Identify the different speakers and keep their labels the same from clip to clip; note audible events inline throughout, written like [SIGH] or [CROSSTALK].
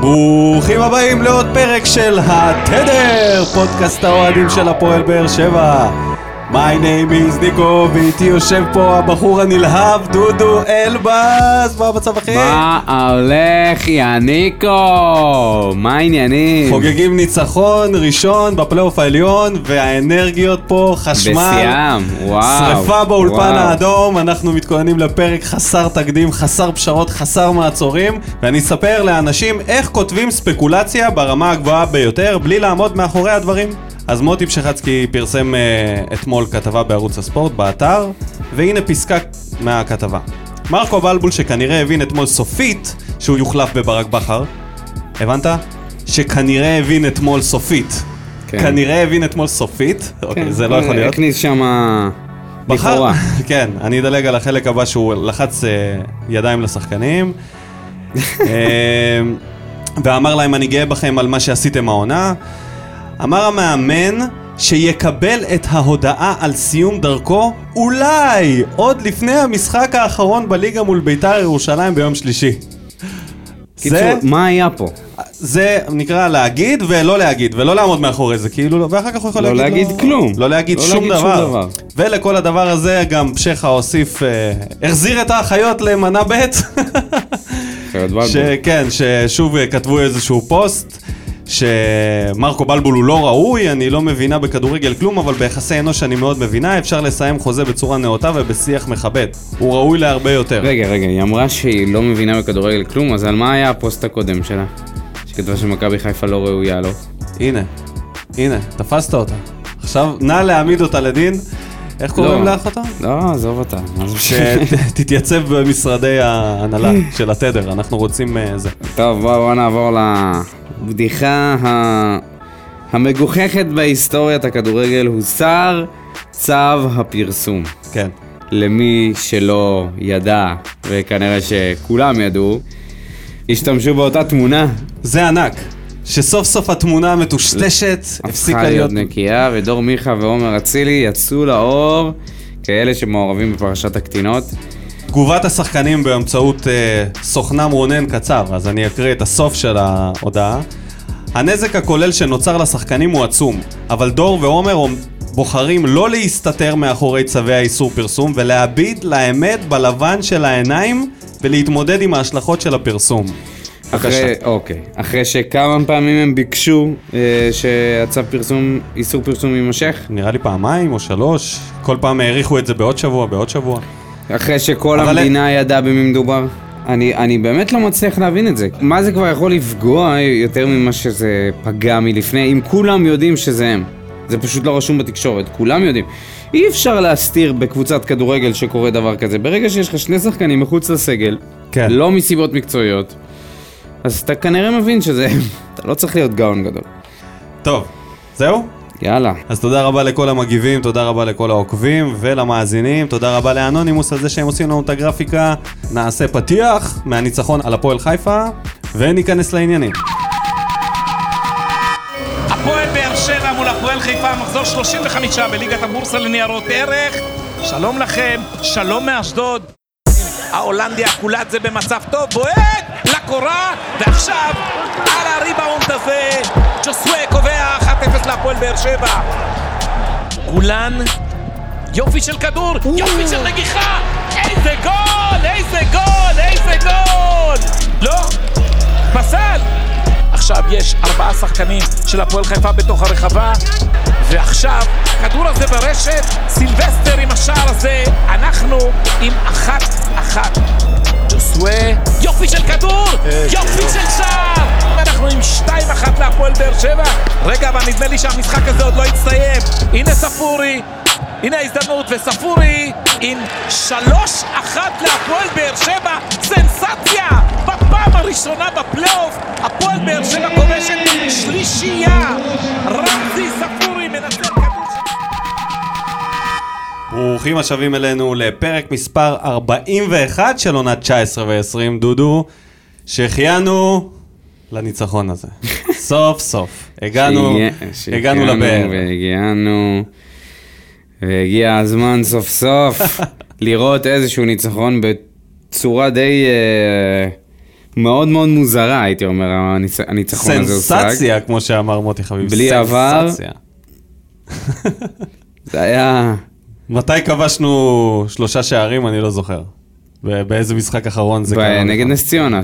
Speaker 1: ברוכים הבאים לעוד פרק של התדר, פודקאסט האוהדים של הפועל באר שבע. My name is ניקו, ואיתי יושב פה הבחור הנלהב דודו אלבז, מה המצב אחי?
Speaker 2: מה הולך, יעניקו? מה העניינים?
Speaker 1: חוגגים ניצחון ראשון בפלייאוף העליון, והאנרגיות פה, חשמל.
Speaker 2: בשיאם, וואו.
Speaker 1: שרפה באולפן
Speaker 2: וואו.
Speaker 1: האדום, אנחנו מתכוננים לפרק חסר תקדים, חסר פשרות, חסר מעצורים, ואני אספר לאנשים איך כותבים ספקולציה ברמה הגבוהה ביותר, בלי לעמוד מאחורי הדברים. אז מוטי פשחצקי פרסם uh, אתמול כתבה בערוץ הספורט, באתר, והנה פסקה מהכתבה. מרקו בלבול שכנראה הבין אתמול סופית שהוא יוחלף בברק בכר, הבנת? שכנראה הבין אתמול סופית.
Speaker 2: כן.
Speaker 1: כן. כנראה הבין אתמול סופית, כן. אוקיי, זה לא יכול להיות.
Speaker 2: הכניס שם...
Speaker 1: בחר-
Speaker 2: לכאורה.
Speaker 1: [LAUGHS] כן, אני אדלג על החלק הבא שהוא לחץ אה, ידיים
Speaker 2: [LAUGHS]
Speaker 1: לשחקנים. אה, ואמר להם, אני גאה בכם על מה שעשיתם העונה. אמר המאמן שיקבל את ההודעה על סיום דרכו, אולי עוד לפני המשחק האחרון בליגה מול ביתר ירושלים ביום שלישי. זה,
Speaker 2: קיצור, מה היה פה?
Speaker 1: זה נקרא להגיד ולא להגיד, ולא לעמוד מאחורי זה, כאילו, לא- ואחר כך הוא יכול
Speaker 2: לא
Speaker 1: להגיד
Speaker 2: להגיד כלום.
Speaker 1: לא להגיד
Speaker 2: לא
Speaker 1: שום
Speaker 2: להגיד שום
Speaker 1: דבר.
Speaker 2: דבר.
Speaker 1: ולכל הדבר הזה גם פשחה הוסיף, אה, החזיר את האחיות למנה ב',
Speaker 2: חיות בלבול.
Speaker 1: [LAUGHS] שכן, ששוב אה, כתבו איזשהו פוסט. שמרקו בלבול הוא לא ראוי, אני לא מבינה בכדורגל כלום, אבל ביחסי אנוש אני מאוד מבינה, אפשר לסיים חוזה בצורה נאותה ובשיח מכבד. הוא ראוי להרבה יותר.
Speaker 2: רגע, רגע, היא אמרה שהיא לא מבינה בכדורגל כלום, אז על מה היה הפוסט הקודם שלה? שכתבה שמכבי חיפה לא ראויה לו.
Speaker 1: הנה, הנה, תפסת אותה. עכשיו, נא להעמיד אותה לדין. איך קוראים
Speaker 2: לא.
Speaker 1: לך אותה?
Speaker 2: לא, עזוב אותה. מה
Speaker 1: [LAUGHS]
Speaker 2: זה משנה?
Speaker 1: שתתייצב במשרדי ההנהלה של התדר, אנחנו רוצים אה, זה.
Speaker 2: טוב, בואו בוא נעבור לבדיחה ה... המגוחכת בהיסטוריית הכדורגל הוסר צו הפרסום.
Speaker 1: כן.
Speaker 2: למי שלא ידע, וכנראה שכולם ידעו, השתמשו באותה תמונה.
Speaker 1: זה ענק, שסוף סוף התמונה המטושטשת הפסיקה להיות...
Speaker 2: נקייה, ודור מיכה ועומר אצילי יצאו לאור כאלה שמעורבים בפרשת הקטינות.
Speaker 1: תגובת השחקנים באמצעות אה, סוכנם רונן קצר, אז אני אקריא את הסוף של ההודעה. הנזק הכולל שנוצר לשחקנים הוא עצום, אבל דור ועומר אומ- בוחרים לא להסתתר מאחורי צווי האיסור פרסום ולהביט לאמת בלבן של העיניים ולהתמודד עם ההשלכות של הפרסום.
Speaker 2: אחרי, אוקיי, אחרי שכמה פעמים הם ביקשו אה, שהצו פרסום, איסור פרסום יימשך,
Speaker 1: נראה לי פעמיים או שלוש, כל פעם האריכו את זה בעוד שבוע, בעוד שבוע.
Speaker 2: אחרי שכל
Speaker 1: אבל- אה-
Speaker 2: המדינה ידעה במי מדובר. אני, אני באמת לא מצליח להבין את זה. מה זה כבר יכול לפגוע יותר ממה שזה פגע מלפני, אם כולם יודעים שזה הם. זה פשוט לא רשום בתקשורת, כולם יודעים. אי אפשר להסתיר בקבוצת כדורגל שקורה דבר כזה. ברגע שיש לך שני שחקנים מחוץ לסגל,
Speaker 1: כן.
Speaker 2: לא מסיבות מקצועיות, אז אתה כנראה מבין שזה הם. אתה לא צריך להיות גאון גדול.
Speaker 1: טוב, זהו?
Speaker 2: יאללה.
Speaker 1: אז תודה רבה לכל המגיבים, תודה רבה לכל העוקבים ולמאזינים, תודה רבה לאנונימוס על זה שהם עושים לנו את הגרפיקה. נעשה פתיח מהניצחון על הפועל חיפה, וניכנס לעניינים.
Speaker 3: הפועל באר שבע מול הפועל חיפה, מחזור 35 בליגת הבורסה לניירות ערך. שלום לכם, שלום מאשדוד. ההולנדי הקולט זה במצב טוב, בועט לקורה, ועכשיו על הריבאונד הזה, ג'וסווה קובע 1-0 להפועל באר שבע. גולן, יופי של כדור, יופי של נגיחה, איזה גול, איזה גול, איזה גול! לא, פסל! עכשיו יש ארבעה שחקנים של הפועל חיפה בתוך הרחבה ועכשיו הכדור הזה ברשת, סילבסטר עם השער הזה אנחנו עם אחת אחת ג'וסווה, יופי של כדור, יופי של שער אנחנו עם שתיים אחת להפועל באר שבע רגע, אבל נדמה לי שהמשחק הזה עוד לא הסתיים הנה ספורי, הנה ההזדמנות וספורי עם שלוש אחת להפועל באר שבע סנסציה! בפעם הראשונה בפלייאוף הפועל באר שבע כובשת שלישייה רמזי ספורי מנצל כדור ש...
Speaker 1: ברוכים השבים אלינו לפרק מספר 41 של עונת 19 ו-20, דודו, שהחיינו לניצחון
Speaker 2: [LAUGHS]
Speaker 1: הזה. סוף סוף. הגענו,
Speaker 2: שהגיע-
Speaker 1: הגענו
Speaker 2: שהגענו
Speaker 1: לבאר.
Speaker 2: והגיענו, והגיע הזמן סוף
Speaker 1: [LAUGHS]
Speaker 2: סוף לראות איזשהו ניצחון בצורה די אה, מאוד מאוד מוזרה, הייתי אומר, הניצ- הניצחון הזה הושג.
Speaker 1: סנסציה, כמו שאמר מוטי חביב.
Speaker 2: בלי עבר.
Speaker 1: סנסציה.
Speaker 2: זה היה...
Speaker 1: מתי כבשנו שלושה שערים, אני לא זוכר. ו- באיזה משחק אחרון זה קרה.
Speaker 2: נגד
Speaker 1: לך?
Speaker 2: נס ציונה, 3-0.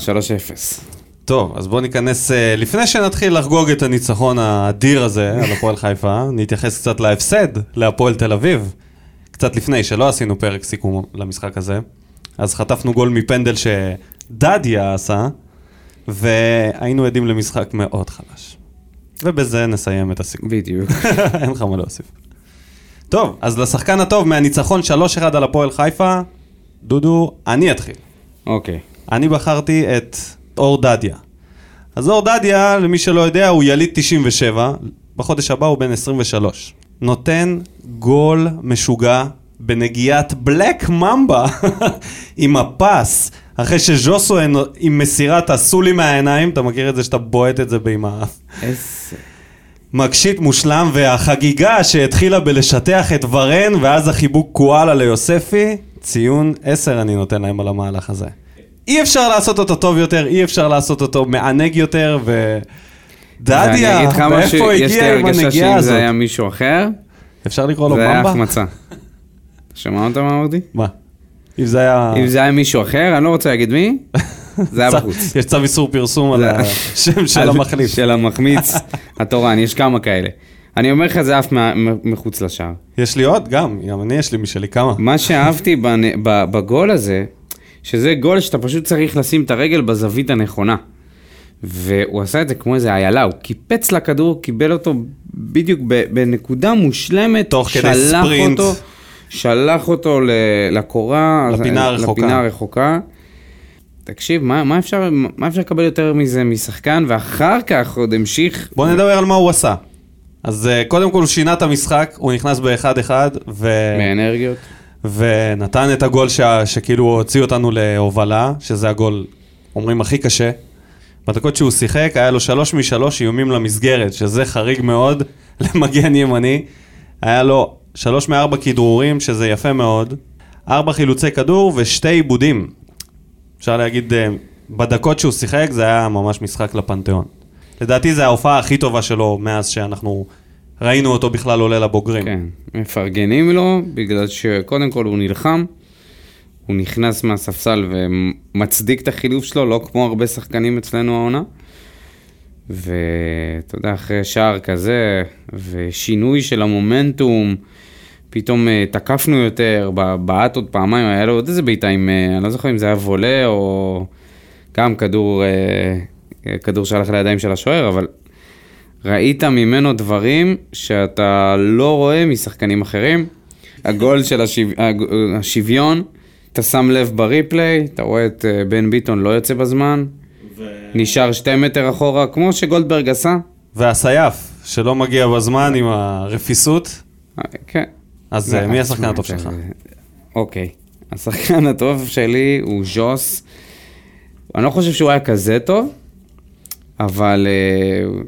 Speaker 1: טוב, אז בואו ניכנס, אה, לפני שנתחיל לחגוג את הניצחון האדיר הזה על הפועל חיפה, נתייחס קצת להפסד להפועל תל אביב. קצת לפני, שלא עשינו פרק סיכום למשחק הזה. אז חטפנו גול מפנדל שדדיה עשה, והיינו עדים למשחק מאוד חלש. ובזה נסיים את הסיכום. [LAUGHS]
Speaker 2: בדיוק.
Speaker 1: אין לך מה להוסיף. טוב, אז לשחקן הטוב מהניצחון 3-1 על הפועל חיפה, דודו, אני אתחיל.
Speaker 2: אוקיי.
Speaker 1: אני בחרתי את אור דדיה. אז אור דדיה, למי שלא יודע, הוא יליד 97, בחודש הבא הוא בן 23. נותן גול משוגע בנגיעת בלק ממבה [LAUGHS] עם הפס, אחרי שז'וסו עם מסירת עשו לי מהעיניים, אתה מכיר את זה שאתה בועט את זה עם ה...
Speaker 2: איזה...
Speaker 1: מגשית מושלם, והחגיגה שהתחילה בלשטח את ורן, ואז החיבוק קואלה ליוספי, ציון 10 אני נותן להם על המהלך הזה. אי אפשר לעשות אותו טוב יותר, אי אפשר לעשות אותו מענג יותר, ו... דדיה, מאיפה
Speaker 2: יש לי
Speaker 1: הגיע עם
Speaker 2: הרגשה
Speaker 1: הנגיעה
Speaker 2: שאם
Speaker 1: הזאת?
Speaker 2: זה היה מישהו אחר,
Speaker 1: אפשר לקרוא לו
Speaker 2: זה היה
Speaker 1: במבה? [LAUGHS]
Speaker 2: החמצה. שמע אותה מה אמרתי?
Speaker 1: מה? אם זה היה...
Speaker 2: אם זה היה מישהו אחר, אני לא רוצה
Speaker 1: [LAUGHS]
Speaker 2: להגיד מי, זה היה
Speaker 1: צו-
Speaker 2: בחוץ.
Speaker 1: יש צו איסור פרסום על
Speaker 2: זה-
Speaker 1: השם של
Speaker 2: על-
Speaker 1: המחליף. [LAUGHS]
Speaker 2: של המחמיץ התורן, יש כמה כאלה. אני אומר לך, זה עף מה- מ- מחוץ לשער.
Speaker 1: יש לי עוד? גם, גם אני יש לי משלי כמה.
Speaker 2: מה שאהבתי בנ- ב- בגול הזה, שזה גול שאתה פשוט צריך לשים את הרגל בזווית הנכונה. והוא עשה את זה כמו איזה איילה, הוא קיפץ לכדור, קיבל אותו בדיוק ב- בנקודה מושלמת.
Speaker 1: תוך כדי
Speaker 2: שלח
Speaker 1: ספרינט.
Speaker 2: אותו- שלח אותו ל- לקורה,
Speaker 1: לפינה
Speaker 2: אז- אה,
Speaker 1: הרחוקה.
Speaker 2: לפינה הרחוקה. תקשיב, מה, מה, אפשר, מה אפשר לקבל יותר מזה משחקן, ואחר כך עוד המשיך
Speaker 1: בוא נדבר על מה הוא עשה. אז אה, קודם כל הוא שינה את המשחק, הוא נכנס ב-1-1, ו...
Speaker 2: מאנרגיות.
Speaker 1: ונתן את הגול ש... שכאילו הוציא אותנו להובלה, שזה הגול, אומרים, הכי קשה. בדקות שהוא שיחק, היה לו שלוש משלוש איומים למסגרת, שזה חריג מאוד [LAUGHS] למגן ימני. היה לו שלוש מארבע כדרורים, שזה יפה מאוד. ארבע חילוצי כדור ושתי עיבודים. אפשר להגיד, אה, בדקות שהוא שיחק זה היה ממש משחק לפנתיאון. לדעתי זו ההופעה הכי טובה שלו מאז שאנחנו ראינו אותו בכלל עולה לבוגרים.
Speaker 2: כן, מפרגנים לו, בגלל שקודם כל הוא נלחם, הוא נכנס מהספסל ומצדיק את החילוף שלו, לא כמו הרבה שחקנים אצלנו העונה. ואתה יודע, אחרי שער כזה, ושינוי של המומנטום, פתאום אה, תקפנו יותר, ב- בעט עוד פעמיים, היה לו עוד איזה בעיטה עם, אה, אני לא זוכר אם זה היה וולה או גם כדור, אה, אה, כדור שהלך לידיים של השוער, אבל ראית ממנו דברים שאתה לא רואה משחקנים אחרים. הגול של השיו... הג- השוויון, אתה שם לב בריפליי, אתה רואה את אה, בן ביטון לא יוצא בזמן, נשאר שתי מטר אחורה, כמו שגולדברג עשה.
Speaker 1: והסייף, שלא מגיע בזמן עם הרפיסות,
Speaker 2: אה, כן.
Speaker 1: אז אה, מי השחקן הטוב שלך?
Speaker 2: אוקיי. השחקן הטוב שלי הוא ז'וס. אני לא חושב שהוא היה כזה טוב, אבל אה,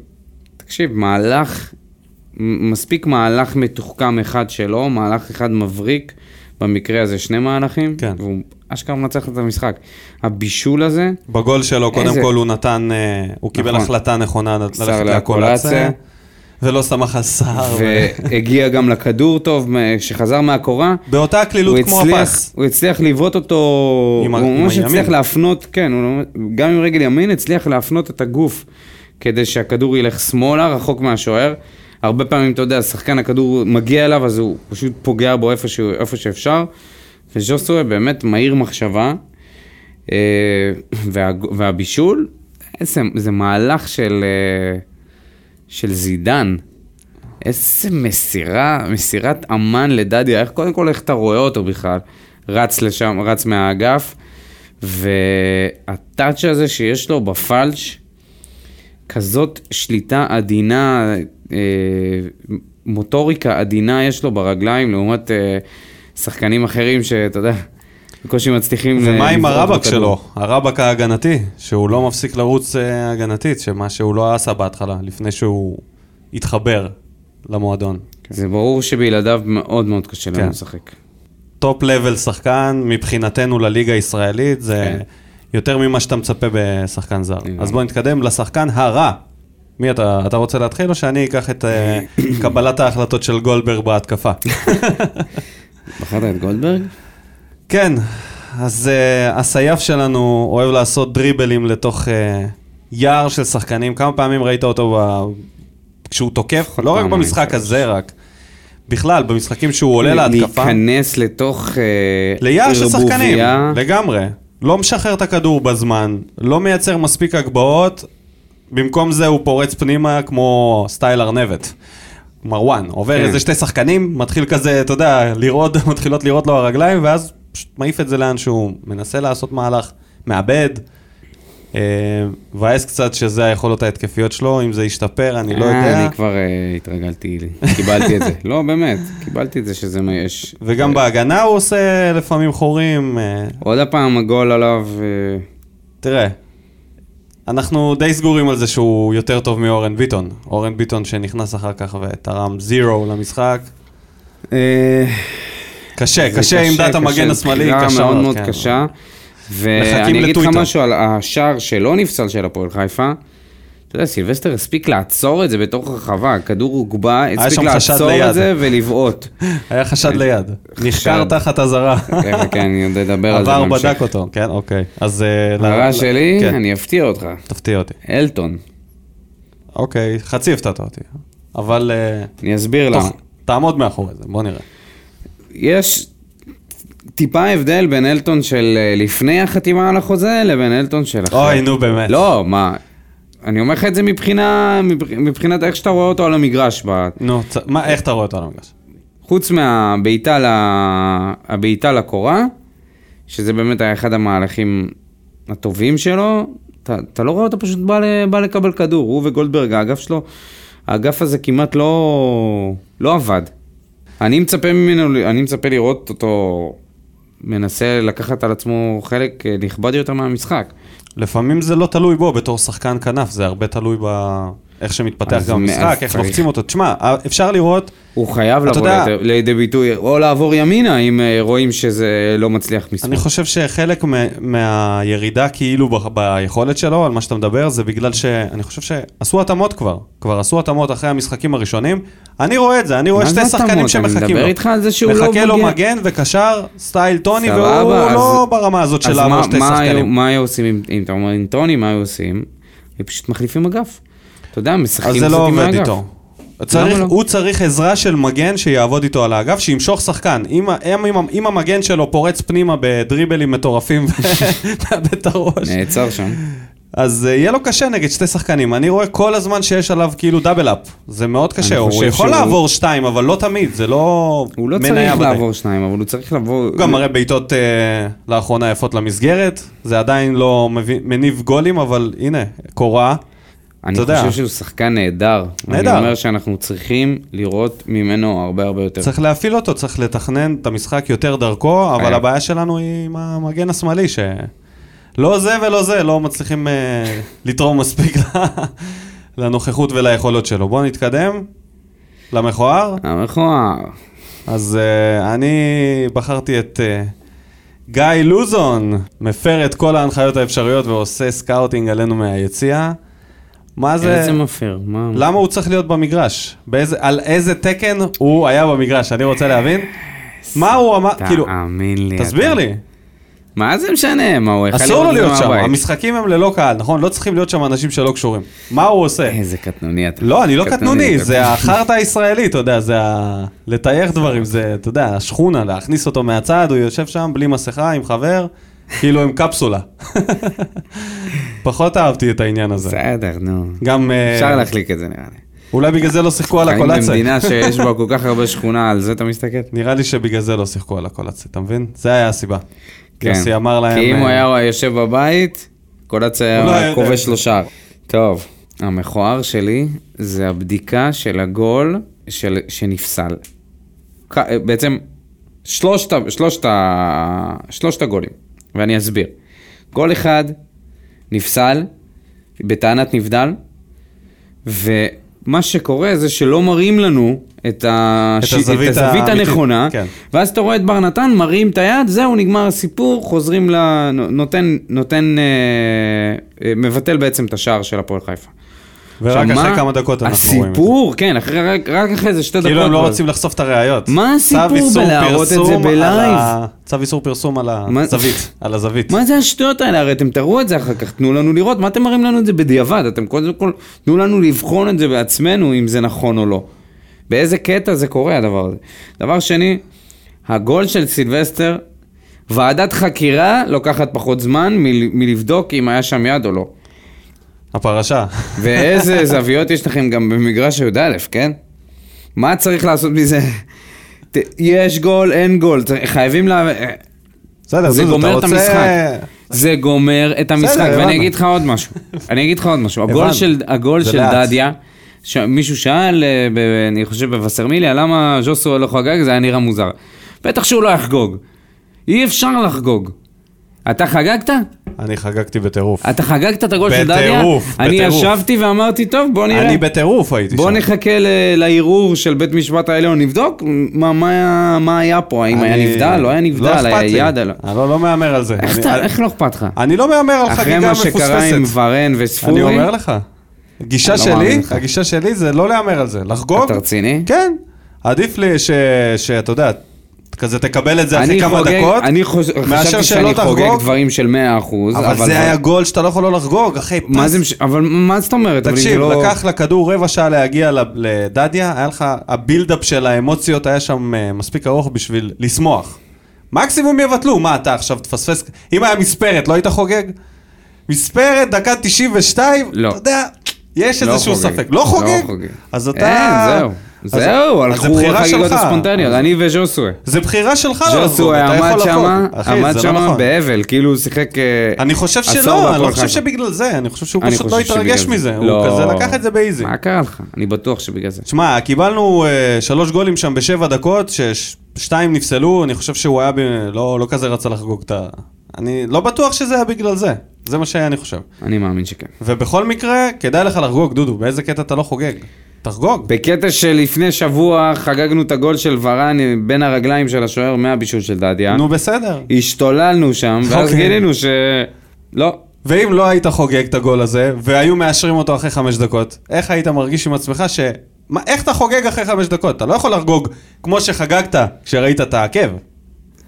Speaker 2: תקשיב, מהלך, מ- מספיק מהלך מתוחכם אחד שלו, מהלך אחד מבריק, במקרה הזה שני מהלכים,
Speaker 1: כן.
Speaker 2: והוא אשכרה מנצח את המשחק. הבישול הזה,
Speaker 1: בגול שלו, קודם
Speaker 2: איזה-
Speaker 1: כל הוא נתן, אה, הוא קיבל
Speaker 2: נכון.
Speaker 1: החלטה נכונה ל-
Speaker 2: סער
Speaker 1: ללכת
Speaker 2: לקולציה.
Speaker 1: לקולציה, ולא סמך על סער. ו-
Speaker 2: והגיע גם לכדור טוב, מ- שחזר מהקורה.
Speaker 1: באותה הקלילות
Speaker 2: הוא
Speaker 1: כמו
Speaker 2: הצליח-
Speaker 1: הפס.
Speaker 2: הוא הצליח לבעוט אותו,
Speaker 1: עם ה-
Speaker 2: הוא
Speaker 1: עם
Speaker 2: ממש
Speaker 1: הימין.
Speaker 2: הצליח להפנות, כן, הוא גם עם רגל ימין הצליח להפנות את הגוף כדי שהכדור ילך שמאלה, רחוק מהשוער. הרבה פעמים, אתה יודע, שחקן הכדור מגיע אליו, אז הוא פשוט פוגע בו איפה, שהוא, איפה שאפשר. וז'וסווה באמת מהיר מחשבה, אה, וה, והבישול, זה, זה מהלך של, אה, של זידן. איזה מסירה, מסירת אמן לדדיה, איך קודם כל איך אתה רואה אותו בכלל, רץ לשם, רץ מהאגף, והטאץ' הזה שיש לו בפלש, כזאת שליטה עדינה, אה, מוטוריקה עדינה יש לו ברגליים, לעומת אה, שחקנים אחרים שאתה יודע, בקושי מצליחים...
Speaker 1: ומה
Speaker 2: אה,
Speaker 1: עם
Speaker 2: לבעוט
Speaker 1: הרבק
Speaker 2: בכדור.
Speaker 1: שלו? הרבק ההגנתי, שהוא לא מפסיק לרוץ אה, הגנתית, שמה שהוא לא עשה בהתחלה, לפני שהוא התחבר למועדון.
Speaker 2: זה ברור שבלעדיו מאוד מאוד קשה לנו
Speaker 1: כן.
Speaker 2: לשחק.
Speaker 1: טופ לבל שחקן, מבחינתנו לליגה הישראלית, זה
Speaker 2: כן.
Speaker 1: יותר ממה שאתה מצפה בשחקן זר.
Speaker 2: הבנתי.
Speaker 1: אז בוא נתקדם לשחקן הרע. מי אתה, אתה רוצה להתחיל או שאני אקח את אה, קבלת ההחלטות של גולדברג בהתקפה?
Speaker 2: בחרת את גולדברג?
Speaker 1: כן, אז uh, הסייף שלנו אוהב לעשות דריבלים לתוך uh, יער של שחקנים. כמה פעמים ראית אותו ב... כשהוא תוקף? לא רק
Speaker 2: פעמיים,
Speaker 1: במשחק הזה, רק. בכלל, במשחקים שהוא עולה להתקפה.
Speaker 2: להיכנס לתוך... אה,
Speaker 1: ליער של שחקנים,
Speaker 2: ערבוביה. אה,
Speaker 1: לגמרי. לא משחרר את הכדור בזמן, לא מייצר מספיק הגבהות, במקום זה הוא פורץ פנימה כמו סטייל ארנבת. מרואן, עובר
Speaker 2: כן.
Speaker 1: איזה שתי שחקנים, מתחיל כזה, אתה יודע, לראות, [LAUGHS] מתחילות לראות לו הרגליים, ואז פשוט מעיף את זה לאן שהוא מנסה לעשות מהלך, מאבד. אה, מבאס קצת שזה היכולות ההתקפיות שלו, אם זה ישתפר, אני לא
Speaker 2: אה,
Speaker 1: יודע.
Speaker 2: אני כבר אה, התרגלתי, קיבלתי את זה. לא, באמת, קיבלתי את זה שזה מה יש.
Speaker 1: וגם בהגנה הוא עושה לפעמים חורים. אה,
Speaker 2: עוד הפעם הגול עליו, אה,
Speaker 1: תראה, אנחנו די סגורים על זה שהוא יותר טוב מאורן ביטון. אורן ביטון שנכנס אחר כך ותרם זירו למשחק.
Speaker 2: אה,
Speaker 1: קשה,
Speaker 2: זה
Speaker 1: קשה עמדת המגן השמאלי,
Speaker 2: בחירה
Speaker 1: קשה
Speaker 2: מאוד מאוד
Speaker 1: כן.
Speaker 2: קשה.
Speaker 1: מחכים
Speaker 2: ואני אגיד לך
Speaker 1: לטוויטר.
Speaker 2: משהו על השער שלא נפסל של הפועל חיפה. אתה יודע, סילבסטר הספיק לעצור את זה בתוך הרחבה, הכדור הוגבה, הספיק
Speaker 1: שם חשד
Speaker 2: לעצור
Speaker 1: ליד.
Speaker 2: את זה ולבעוט.
Speaker 1: היה חשד ליד. נחקר תחת אזהרה.
Speaker 2: כן, כן, אני עוד אדבר על זה
Speaker 1: עבר
Speaker 2: בהמשך.
Speaker 1: בדק אותו, כן, אוקיי. אז... אה, ל-
Speaker 2: הרע
Speaker 1: ל-
Speaker 2: שלי,
Speaker 1: כן,
Speaker 2: אני אפתיע אותך.
Speaker 1: תפתיע אותי.
Speaker 2: אלטון,
Speaker 1: אוקיי, חצי הפתעת אותי. אבל... אה,
Speaker 2: אני אסביר למה.
Speaker 1: תוך- תעמוד מאחורי זה, בוא נראה.
Speaker 2: יש טיפה הבדל בין אלטון של אה, לפני החתימה על החוזה לבין אלטון של אחרי.
Speaker 1: אוי, נו באמת.
Speaker 2: לא, מה, אני אומר לך את זה מבחינה, מבח- מבחינת איך שאתה רואה אותו על המגרש. ב-
Speaker 1: נו, צ- מה, איך אתה רואה אותו על המגרש?
Speaker 2: חוץ מהבעיטה ל... הבעיטה לקורה, שזה באמת היה אחד המהלכים הטובים שלו, אתה, אתה לא רואה אותו פשוט בא, ל... בא לקבל כדור, הוא וגולדברג, האגף שלו, האגף הזה כמעט לא, לא עבד. אני מצפה ממנו, אני מצפה לראות אותו מנסה לקחת על עצמו חלק אה, נכבד יותר מהמשחק.
Speaker 1: לפעמים זה לא תלוי בו בתור שחקן כנף, זה הרבה תלוי ב... איך שמתפתח
Speaker 2: אז
Speaker 1: גם
Speaker 2: מאיפה
Speaker 1: המשחק, איך
Speaker 2: צריך?
Speaker 1: לוחצים אותו. תשמע, אפשר לראות,
Speaker 2: הוא חייב
Speaker 1: אתה
Speaker 2: לבוא
Speaker 1: יודע-
Speaker 2: לידי- לידי ביטוי, או לעבור ימינה אם אה, רואים שזה לא מצליח משמאל.
Speaker 1: אני חושב שחלק מ- מהירידה כאילו ב- ביכולת שלו, על מה שאתה מדבר, זה בגלל שאני חושב שעשו התאמות כבר. כבר עשו התאמות אחרי המשחקים הראשונים. אני רואה את זה, אני רואה
Speaker 2: מה זה
Speaker 1: שתי שחקנים
Speaker 2: התאמות? אני
Speaker 1: שמחכים לו.
Speaker 2: מדבר איתך על זה שהוא לא
Speaker 1: מחכה לו
Speaker 2: מגיע.
Speaker 1: מגן וקשר, סטייל טוני,
Speaker 2: סבבה,
Speaker 1: והוא
Speaker 2: אז-
Speaker 1: לא ברמה הזאת של
Speaker 2: אז
Speaker 1: לעבור
Speaker 2: מה-
Speaker 1: שתי
Speaker 2: מה היו-
Speaker 1: שחקנים.
Speaker 2: מה היו עושים, עם- אם אתה אומר עם טוני, מה היו עושים? הם פשוט מחליפים אגף. אתה יודע, משחקים
Speaker 1: אז זה
Speaker 2: קצת
Speaker 1: לא
Speaker 2: עם
Speaker 1: עובד
Speaker 2: האגף.
Speaker 1: איתו. צריך,
Speaker 2: לא?
Speaker 1: הוא צריך עזרה של מגן שיעבוד איתו על האגף, שימשוך שחקן. אם, ה- אם, אם, אם המגן שלו פורץ פנימה בדריבלים
Speaker 2: [LAUGHS]
Speaker 1: מטורפים ומאבד את הראש,
Speaker 2: נעצר שם.
Speaker 1: אז אה, יהיה לו קשה נגד שתי שחקנים. אני רואה כל הזמן שיש עליו כאילו דאבל אפ. זה מאוד קשה.
Speaker 2: אני
Speaker 1: הוא
Speaker 2: חושב
Speaker 1: יכול
Speaker 2: שהוא-
Speaker 1: לעבור שתיים, אבל לא תמיד, זה לא
Speaker 2: הוא לא
Speaker 1: מניה
Speaker 2: צריך
Speaker 1: בדרך.
Speaker 2: לעבור שניים, אבל הוא צריך לבוא...
Speaker 1: הוא גם מראה בעיטות אה, לאחרונה יפות למסגרת, זה עדיין לא מביא- מניב גולים, אבל הנה, קורה.
Speaker 2: אני
Speaker 1: אתה יודע.
Speaker 2: חושב שהוא שחקן נהדר.
Speaker 1: נהדר.
Speaker 2: אני אומר שאנחנו צריכים לראות ממנו הרבה הרבה יותר.
Speaker 1: צריך להפעיל אותו, צריך לתכנן את המשחק יותר דרכו, אבל
Speaker 2: חייב.
Speaker 1: הבעיה שלנו היא עם המגן השמאלי, שלא זה ולא זה, לא מצליחים אה, לתרום מספיק ל- [LAUGHS] לנוכחות וליכולות שלו. בואו נתקדם למכוער.
Speaker 2: המכוער.
Speaker 1: אז אה, אני בחרתי את אה, גיא לוזון, מפר את כל ההנחיות האפשריות ועושה סקאוטינג עלינו מהיציע. מה זה...
Speaker 2: איזה מפר, מה...
Speaker 1: למה הוא צריך להיות במגרש? באיזה, על איזה תקן הוא היה במגרש? אני רוצה להבין. מה הוא אמר, כאילו,
Speaker 2: תאמין לי.
Speaker 1: תסביר
Speaker 2: אה, אתה-
Speaker 1: לי.
Speaker 2: מה זה משנה? מה, הוא יכל
Speaker 1: אסור לו
Speaker 2: לראות את זה
Speaker 1: להיות שם,
Speaker 2: מהבית.
Speaker 1: המשחקים הם ללא קהל, נכון? לא צריכים להיות שם אנשים שלא קשורים. מה הוא עושה?
Speaker 2: איזה קטנוני אתה.
Speaker 1: לא, אני לא קטנוני,
Speaker 2: אתה.
Speaker 1: זה החרטא הישראלי, אתה יודע, זה ה... לטייח דברים, זה, אתה יודע, השכונה, להכניס אותו מהצד, הוא יושב שם בלי מסכה, עם חבר, כאילו הם קפסולה. [LAUGHS] פחות אהבתי את העניין הזה.
Speaker 2: בסדר, נו.
Speaker 1: גם, אה,
Speaker 2: אפשר להחליק את זה נראה לי.
Speaker 1: אולי בגלל זה לא שיחקו על
Speaker 2: חיים
Speaker 1: הקולציה.
Speaker 2: במדינה שיש בה כל כך הרבה שכונה, על זה אתה מסתכל?
Speaker 1: נראה לי שבגלל זה לא שיחקו על הקולציה, אתה מבין? זה היה הסיבה. יוסי אמר להם...
Speaker 2: כן. כי אם הוא
Speaker 1: אה,
Speaker 2: היה יושב בבית, קולץ
Speaker 1: הוא לא היה
Speaker 2: היה
Speaker 1: יודע.
Speaker 2: כובש לו שער. טוב, המכוער שלי זה הבדיקה של הגול של- שנפסל. כ- אה, בעצם, שלושת ה- שלושת ה- שלושת הגולים, ואני אסביר. גול אחד נפסל, בטענת נבדל, ו... מה שקורה זה שלא מראים לנו את, הש...
Speaker 1: את הזווית
Speaker 2: את הזווית
Speaker 1: האמיתית,
Speaker 2: הנכונה,
Speaker 1: כן.
Speaker 2: ואז אתה רואה את בר נתן, מרים את היד, זהו, נגמר הסיפור, חוזרים ל... נותן, נותן אה, אה, מבטל בעצם את השער של הפועל חיפה.
Speaker 1: ורק
Speaker 2: עכשיו,
Speaker 1: אחרי
Speaker 2: מה
Speaker 1: כמה דקות אנחנו רואים את זה.
Speaker 2: הסיפור, כן, אחרי, רק, רק אחרי איזה שתי דקות.
Speaker 1: כאילו הם לא
Speaker 2: כבר.
Speaker 1: רוצים לחשוף את הראיות.
Speaker 2: מה
Speaker 1: צו
Speaker 2: הסיפור
Speaker 1: איסור
Speaker 2: בלהראות את זה
Speaker 1: פרסום על
Speaker 2: בלייב?
Speaker 1: ה- צו איסור פרסום על
Speaker 2: מה-
Speaker 1: הזווית, על הזווית.
Speaker 2: מה זה השטויות האלה? הרי אתם תראו את זה אחר כך, תנו לנו לראות, מה אתם מראים לנו את זה בדיעבד? אתם קודם כל, תנו לנו לבחון את זה בעצמנו, אם זה נכון או לא. באיזה קטע זה קורה הדבר הזה. דבר שני, הגול של סילבסטר, ועדת חקירה לוקחת פחות זמן מל, מלבדוק אם היה שם יד או לא.
Speaker 1: הפרשה.
Speaker 2: ואיזה זוויות יש לכם גם במגרש י"א, כן? מה צריך לעשות מזה? ת- יש גול, אין גול, צריך- חייבים לה...
Speaker 1: בסדר,
Speaker 2: זה
Speaker 1: זוזו, אתה
Speaker 2: גומר את
Speaker 1: רוצה-
Speaker 2: המשחק. זה גומר את המשחק,
Speaker 1: בסדר, הבנו.
Speaker 2: ואני אגיד לך עוד
Speaker 1: [LAUGHS]
Speaker 2: משהו. אני אגיד לך עוד משהו. הגול
Speaker 1: הבנו.
Speaker 2: של, הגול
Speaker 1: זה
Speaker 2: של
Speaker 1: לאט.
Speaker 2: דדיה, ש... מישהו שאל, אה, ב... אני חושב בבשרמיליה, למה ז'וסו לא חגג, זה היה נראה מוזר. בטח שהוא לא יחגוג. אי אפשר לחגוג. אתה חגגת?
Speaker 1: אני חגגתי בטירוף.
Speaker 2: אתה חגגת את הגול של דדיה?
Speaker 1: בטירוף,
Speaker 2: אני
Speaker 1: בטירוף.
Speaker 2: ישבתי ואמרתי, טוב, בוא נראה.
Speaker 1: אני בטירוף הייתי שם.
Speaker 2: בוא נחכה ל- לערעור של בית משפט העליון, נבדוק מה- מה- מה היה פה, האם היה
Speaker 1: אני-
Speaker 2: נבדל, לא היה נבדל,
Speaker 1: לא
Speaker 2: היה
Speaker 1: אכפת לי.
Speaker 2: יד, לא.
Speaker 1: אני לא לא מהמר על זה.
Speaker 2: איך
Speaker 1: אני-
Speaker 2: אתה-
Speaker 1: אני-
Speaker 2: איך לא אכפת לך?
Speaker 1: אני לא מהמר על
Speaker 2: אחרי
Speaker 1: חגיגה
Speaker 2: מה
Speaker 1: מפוספסת.
Speaker 2: שקרה עם ורן
Speaker 1: אני
Speaker 2: וספורי,
Speaker 1: אומר לך. גישה
Speaker 2: אני לא מאמין
Speaker 1: שלי,
Speaker 2: לך.
Speaker 1: הגישה שלי זה לא להמר על זה, לחגוג.
Speaker 2: אתה רציני?
Speaker 1: כן. עדיף לי ש- שאתה יודע, כזה תקבל את זה אחרי
Speaker 2: אני
Speaker 1: כמה
Speaker 2: חוגג-
Speaker 1: דקות.
Speaker 2: אני חוש-
Speaker 1: מאשר
Speaker 2: חשבתי
Speaker 1: שלא
Speaker 2: שאני חוגג
Speaker 1: תחגוג.
Speaker 2: דברים של 100%,
Speaker 1: אבל זה היה גול שאתה לא יכול לא לחגוג, אחי.
Speaker 2: מה זה, מש- אבל מה זאת אומרת? אבל אם זה
Speaker 1: תקשיב,
Speaker 2: לא-
Speaker 1: לקח לכדור רבע שעה להגיע ל- לדדיה, היה לך, הבילדאפ של האמוציות היה שם אה, מספיק ארוך בשביל לשמוח. מקסימום יבטלו, מה אתה עכשיו תפספס? אם היה מספרת, לא היית חוגג? מספרת, דקה 92,
Speaker 2: לא.
Speaker 1: אתה יודע, יש
Speaker 2: לא
Speaker 1: איזשהו
Speaker 2: חוגג.
Speaker 1: ספק. לא חוגג?
Speaker 2: לא חוגג.
Speaker 1: אז אתה...
Speaker 2: אין, זהו.
Speaker 1: אז- אז
Speaker 2: זהו,
Speaker 1: זה
Speaker 2: הלכו
Speaker 1: בחירה
Speaker 2: החגיגות
Speaker 1: שלך.
Speaker 2: הספונטניות, אני וז'וסווה.
Speaker 1: זה בחירה שלך לא לחגוג,
Speaker 2: ג'וסווה
Speaker 1: אתה
Speaker 2: עמד
Speaker 1: יכול
Speaker 2: שם,
Speaker 1: לחגוג. אחי,
Speaker 2: עמד
Speaker 1: זה לא
Speaker 2: שם
Speaker 1: נכון.
Speaker 2: באבל, כאילו הוא שיחק אה,
Speaker 1: אני חושב
Speaker 2: עשור
Speaker 1: שלא, אני לא
Speaker 2: בהפועל
Speaker 1: חושב
Speaker 2: חיפה.
Speaker 1: שבגלל זה, אני חושב שהוא
Speaker 2: אני
Speaker 1: פשוט לא
Speaker 2: חושב שבגלל
Speaker 1: התרגש
Speaker 2: זה.
Speaker 1: מזה, הוא
Speaker 2: לא.
Speaker 1: כזה לקח את זה באיזי.
Speaker 2: מה קרה לך? אני בטוח שבגלל זה.
Speaker 1: תשמע, קיבלנו uh, שלוש גולים שם בשבע דקות, ששתיים נפסלו, אני חושב שהוא היה ב... לא, לא כזה רצה לחגוג את ה... אני לא בטוח שזה היה בגלל זה, זה מה שאני חושב.
Speaker 2: אני מאמין שכן.
Speaker 1: ובכל מקרה, כדאי לך לחגוג, דודו, באיזה קטע אתה לא חוגג? תחגוג.
Speaker 2: בקטע שלפני שבוע חגגנו את הגול של ורן בין הרגליים של השוער מהבישול של דדיה.
Speaker 1: נו בסדר.
Speaker 2: השתוללנו שם, ואז
Speaker 1: אוקיי.
Speaker 2: גילינו ש... לא.
Speaker 1: ואם לא היית חוגג את הגול הזה, והיו מאשרים אותו אחרי חמש דקות, איך היית מרגיש עם עצמך ש... מה, איך אתה חוגג אחרי חמש דקות? אתה לא יכול לחגוג כמו שחגגת כשראית את העקב.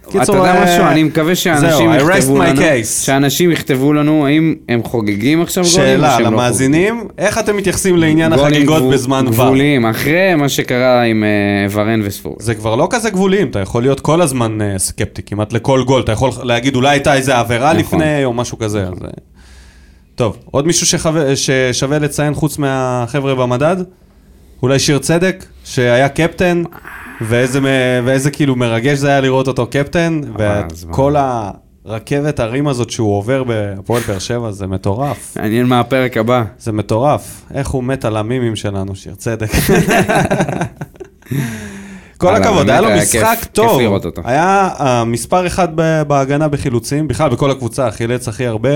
Speaker 2: אתה יודע
Speaker 1: אה,
Speaker 2: משהו? אני מקווה שאנשים
Speaker 1: זהו, I rest
Speaker 2: יכתבו
Speaker 1: my
Speaker 2: לנו,
Speaker 1: case.
Speaker 2: שאנשים יכתבו לנו האם הם חוגגים עכשיו גולים או שהם לא
Speaker 1: שאלה
Speaker 2: חוגגים.
Speaker 1: למאזינים, איך אתם מתייחסים לעניין
Speaker 2: גולים
Speaker 1: החגיגות
Speaker 2: גבול-
Speaker 1: בזמן ור?
Speaker 2: גבולים, אחרי מה שקרה עם אה, ורן וספורי.
Speaker 1: זה כבר לא כזה גבולים, אתה יכול להיות כל הזמן אה, סקפטי, כמעט לכל גול, אתה יכול להגיד אולי הייתה איזה עבירה
Speaker 2: נכון.
Speaker 1: לפני או משהו כזה. אז, אה, טוב, עוד מישהו שחו- ששווה לציין חוץ מהחבר'ה במדד? אולי שיר צדק, שהיה קפטן, ואיזה, מ- ואיזה כאילו מרגש זה היה לראות אותו קפטן,
Speaker 2: אבל אה, אז מה?
Speaker 1: וכל הרכבת הרים הזאת שהוא עובר בהפועל באר שבע, זה מטורף.
Speaker 2: מעניין מה הפרק הבא.
Speaker 1: זה מטורף, איך הוא מת על המימים שלנו, שיר
Speaker 2: [LAUGHS]
Speaker 1: צדק. כל
Speaker 2: וואלה,
Speaker 1: הכבוד,
Speaker 2: באמת
Speaker 1: היה לו
Speaker 2: היה
Speaker 1: משחק
Speaker 2: כיף-
Speaker 1: טוב.
Speaker 2: כיף לראות אותו.
Speaker 1: היה אה, מספר אחד ב- בהגנה בחילוצים, בכלל בכל הקבוצה, חילץ הכי הרבה.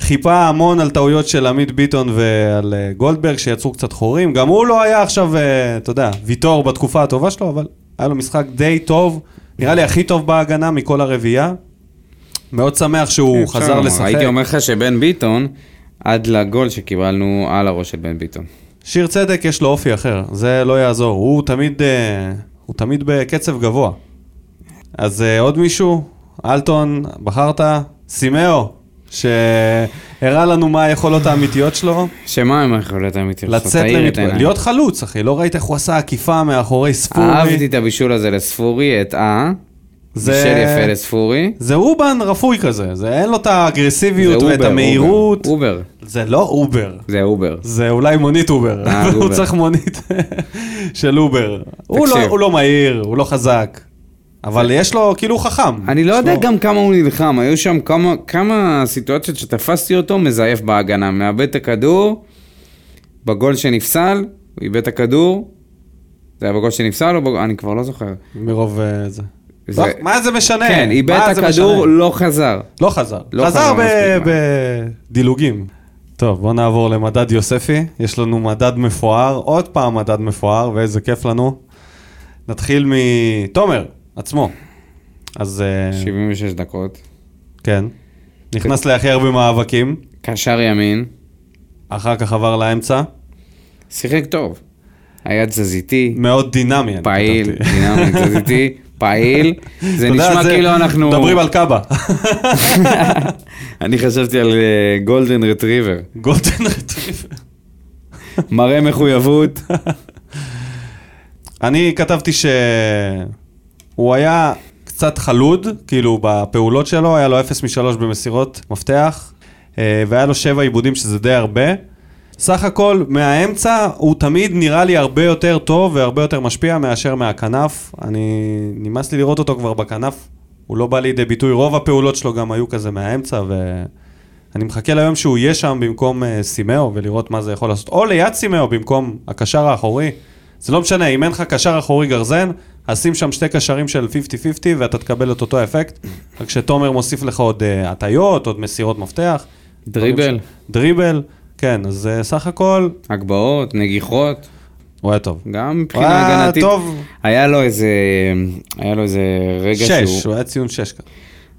Speaker 1: חיפה המון על טעויות של עמית ביטון ועל אה, גולדברג, שיצרו קצת חורים. גם הוא לא היה עכשיו, אה, אתה יודע, ויטור בתקופה הטובה שלו, אבל היה לו משחק די טוב, נראה לי הכי טוב בהגנה מכל הרביעייה. מאוד שמח שהוא
Speaker 2: כן, אפשר
Speaker 1: חזר
Speaker 2: לומר.
Speaker 1: לשחק.
Speaker 2: הייתי אומר לך שבן ביטון, עד לגול שקיבלנו על הראש של בן ביטון.
Speaker 1: שיר צדק יש לו אופי אחר, זה לא יעזור, הוא תמיד, אה, הוא תמיד בקצב גבוה. אז אה, עוד מישהו? אלטון, בחרת? סימאו, שהראה לנו מה היכולות האמיתיות
Speaker 2: [LAUGHS]
Speaker 1: שלו,
Speaker 2: שמה עם היכולת האמיתית?
Speaker 1: לצאת
Speaker 2: תאיר את
Speaker 1: לרתבון,
Speaker 2: העיניים.
Speaker 1: להיות חלוץ, אחי, לא ראית איך הוא עשה עקיפה מאחורי
Speaker 2: אהבתי
Speaker 1: ספורי.
Speaker 2: את הבישול הזה לספורי, את אה.
Speaker 1: זה-
Speaker 2: זה... בישל יפה לספורי.
Speaker 1: זה אובן רפוי כזה, זה אין לו את האגרסיביות
Speaker 2: זה
Speaker 1: ואת המהירות.
Speaker 2: אובר,
Speaker 1: זה לא אובר.
Speaker 2: זה אובר.
Speaker 1: זה אולי מונית אובר,
Speaker 2: אה,
Speaker 1: [LAUGHS] הוא
Speaker 2: אובר.
Speaker 1: צריך מונית של אובר. הוא לא-
Speaker 2: תקשיב.
Speaker 1: הוא לא מהיר, הוא לא חזק, אבל יש לו, כאילו הוא חכם.
Speaker 2: אני לא
Speaker 1: יש
Speaker 2: יודע
Speaker 1: לו-
Speaker 2: גם כמה הוא נלחם, היו שם כמה, כמה סיטואציות שתפסתי אותו מזייף בהגנה, מאבד את הכדור, בגול שנפסל, הוא איבד את הכדור, זה היה בגול שנפסל או בגול, אני כבר לא זוכר.
Speaker 1: מרוב אה, זה.
Speaker 2: זה-
Speaker 1: לא, מה זה משנה?
Speaker 2: כן, איבד
Speaker 1: מה
Speaker 2: את
Speaker 1: זה
Speaker 2: הכדור,
Speaker 1: משנה?
Speaker 2: לא חזר.
Speaker 1: לא חזר.
Speaker 2: לא
Speaker 1: חזר
Speaker 2: חזר מספיק,
Speaker 1: ב- בדילוגים. אתה טוב, בוא נעבור למדד יוספי. יש לנו מדד מפואר, עוד פעם מדד מפואר, ואיזה כיף לנו. נתחיל מתומר עצמו. אז אה,
Speaker 2: 76 דקות.
Speaker 1: כן. נכנס להכי הרבה מאבקים,
Speaker 2: קשר ימין,
Speaker 1: אחר כך עבר לאמצע.
Speaker 2: שיחק טוב. היה תזזיתי,
Speaker 1: מאוד דינמי, אני
Speaker 2: פעיל,
Speaker 1: כתבתי. [LAUGHS]
Speaker 2: דינמי, תזזיתי, פעיל. זה
Speaker 1: אתה יודע,
Speaker 2: נשמע כאילו אנחנו...
Speaker 1: מדברים על קאבה. [LAUGHS]
Speaker 2: אני חשבתי על אה, גולדן רטריבר.
Speaker 1: גולדן רטריבר.
Speaker 2: מראה מחויבות.
Speaker 1: [LAUGHS] אני כתבתי שהוא היה קצת חלוד, כאילו בפעולות שלו, היה לו 0 מ-3 במסירות מפתח, אה, והיה לו 7 עיבודים שזה די הרבה. סך הכל, מהאמצע הוא תמיד נראה לי הרבה יותר טוב והרבה יותר משפיע מאשר מהכנף. אני... נמאס לי לראות אותו כבר בכנף. הוא לא בא לידי ביטוי, רוב הפעולות שלו גם היו כזה מהאמצע, ואני מחכה ליום שהוא יהיה שם במקום אה, סימאו, ולראות מה זה יכול לעשות, או ליד סימאו במקום הקשר האחורי. זה לא משנה, אם אין לך קשר אחורי גרזן, אז שים שם שתי קשרים של 50-50 ואתה תקבל את אותו אפקט, רק שתומר מוסיף לך עוד אה, הטיות, עוד מסירות מפתח.
Speaker 2: דריבל.
Speaker 1: דברים ש- דריבל, כן, אז אה, סך הכל,
Speaker 2: הגבהות, נגיחות,
Speaker 1: הוא היה טוב.
Speaker 2: גם
Speaker 1: הוא
Speaker 2: מבחינה
Speaker 1: היה
Speaker 2: הגנתית.
Speaker 1: אה, טוב.
Speaker 2: היה לו איזה, היה לו איזה רגע
Speaker 1: שש,
Speaker 2: שהוא...
Speaker 1: הוא היה ציון שש כזה.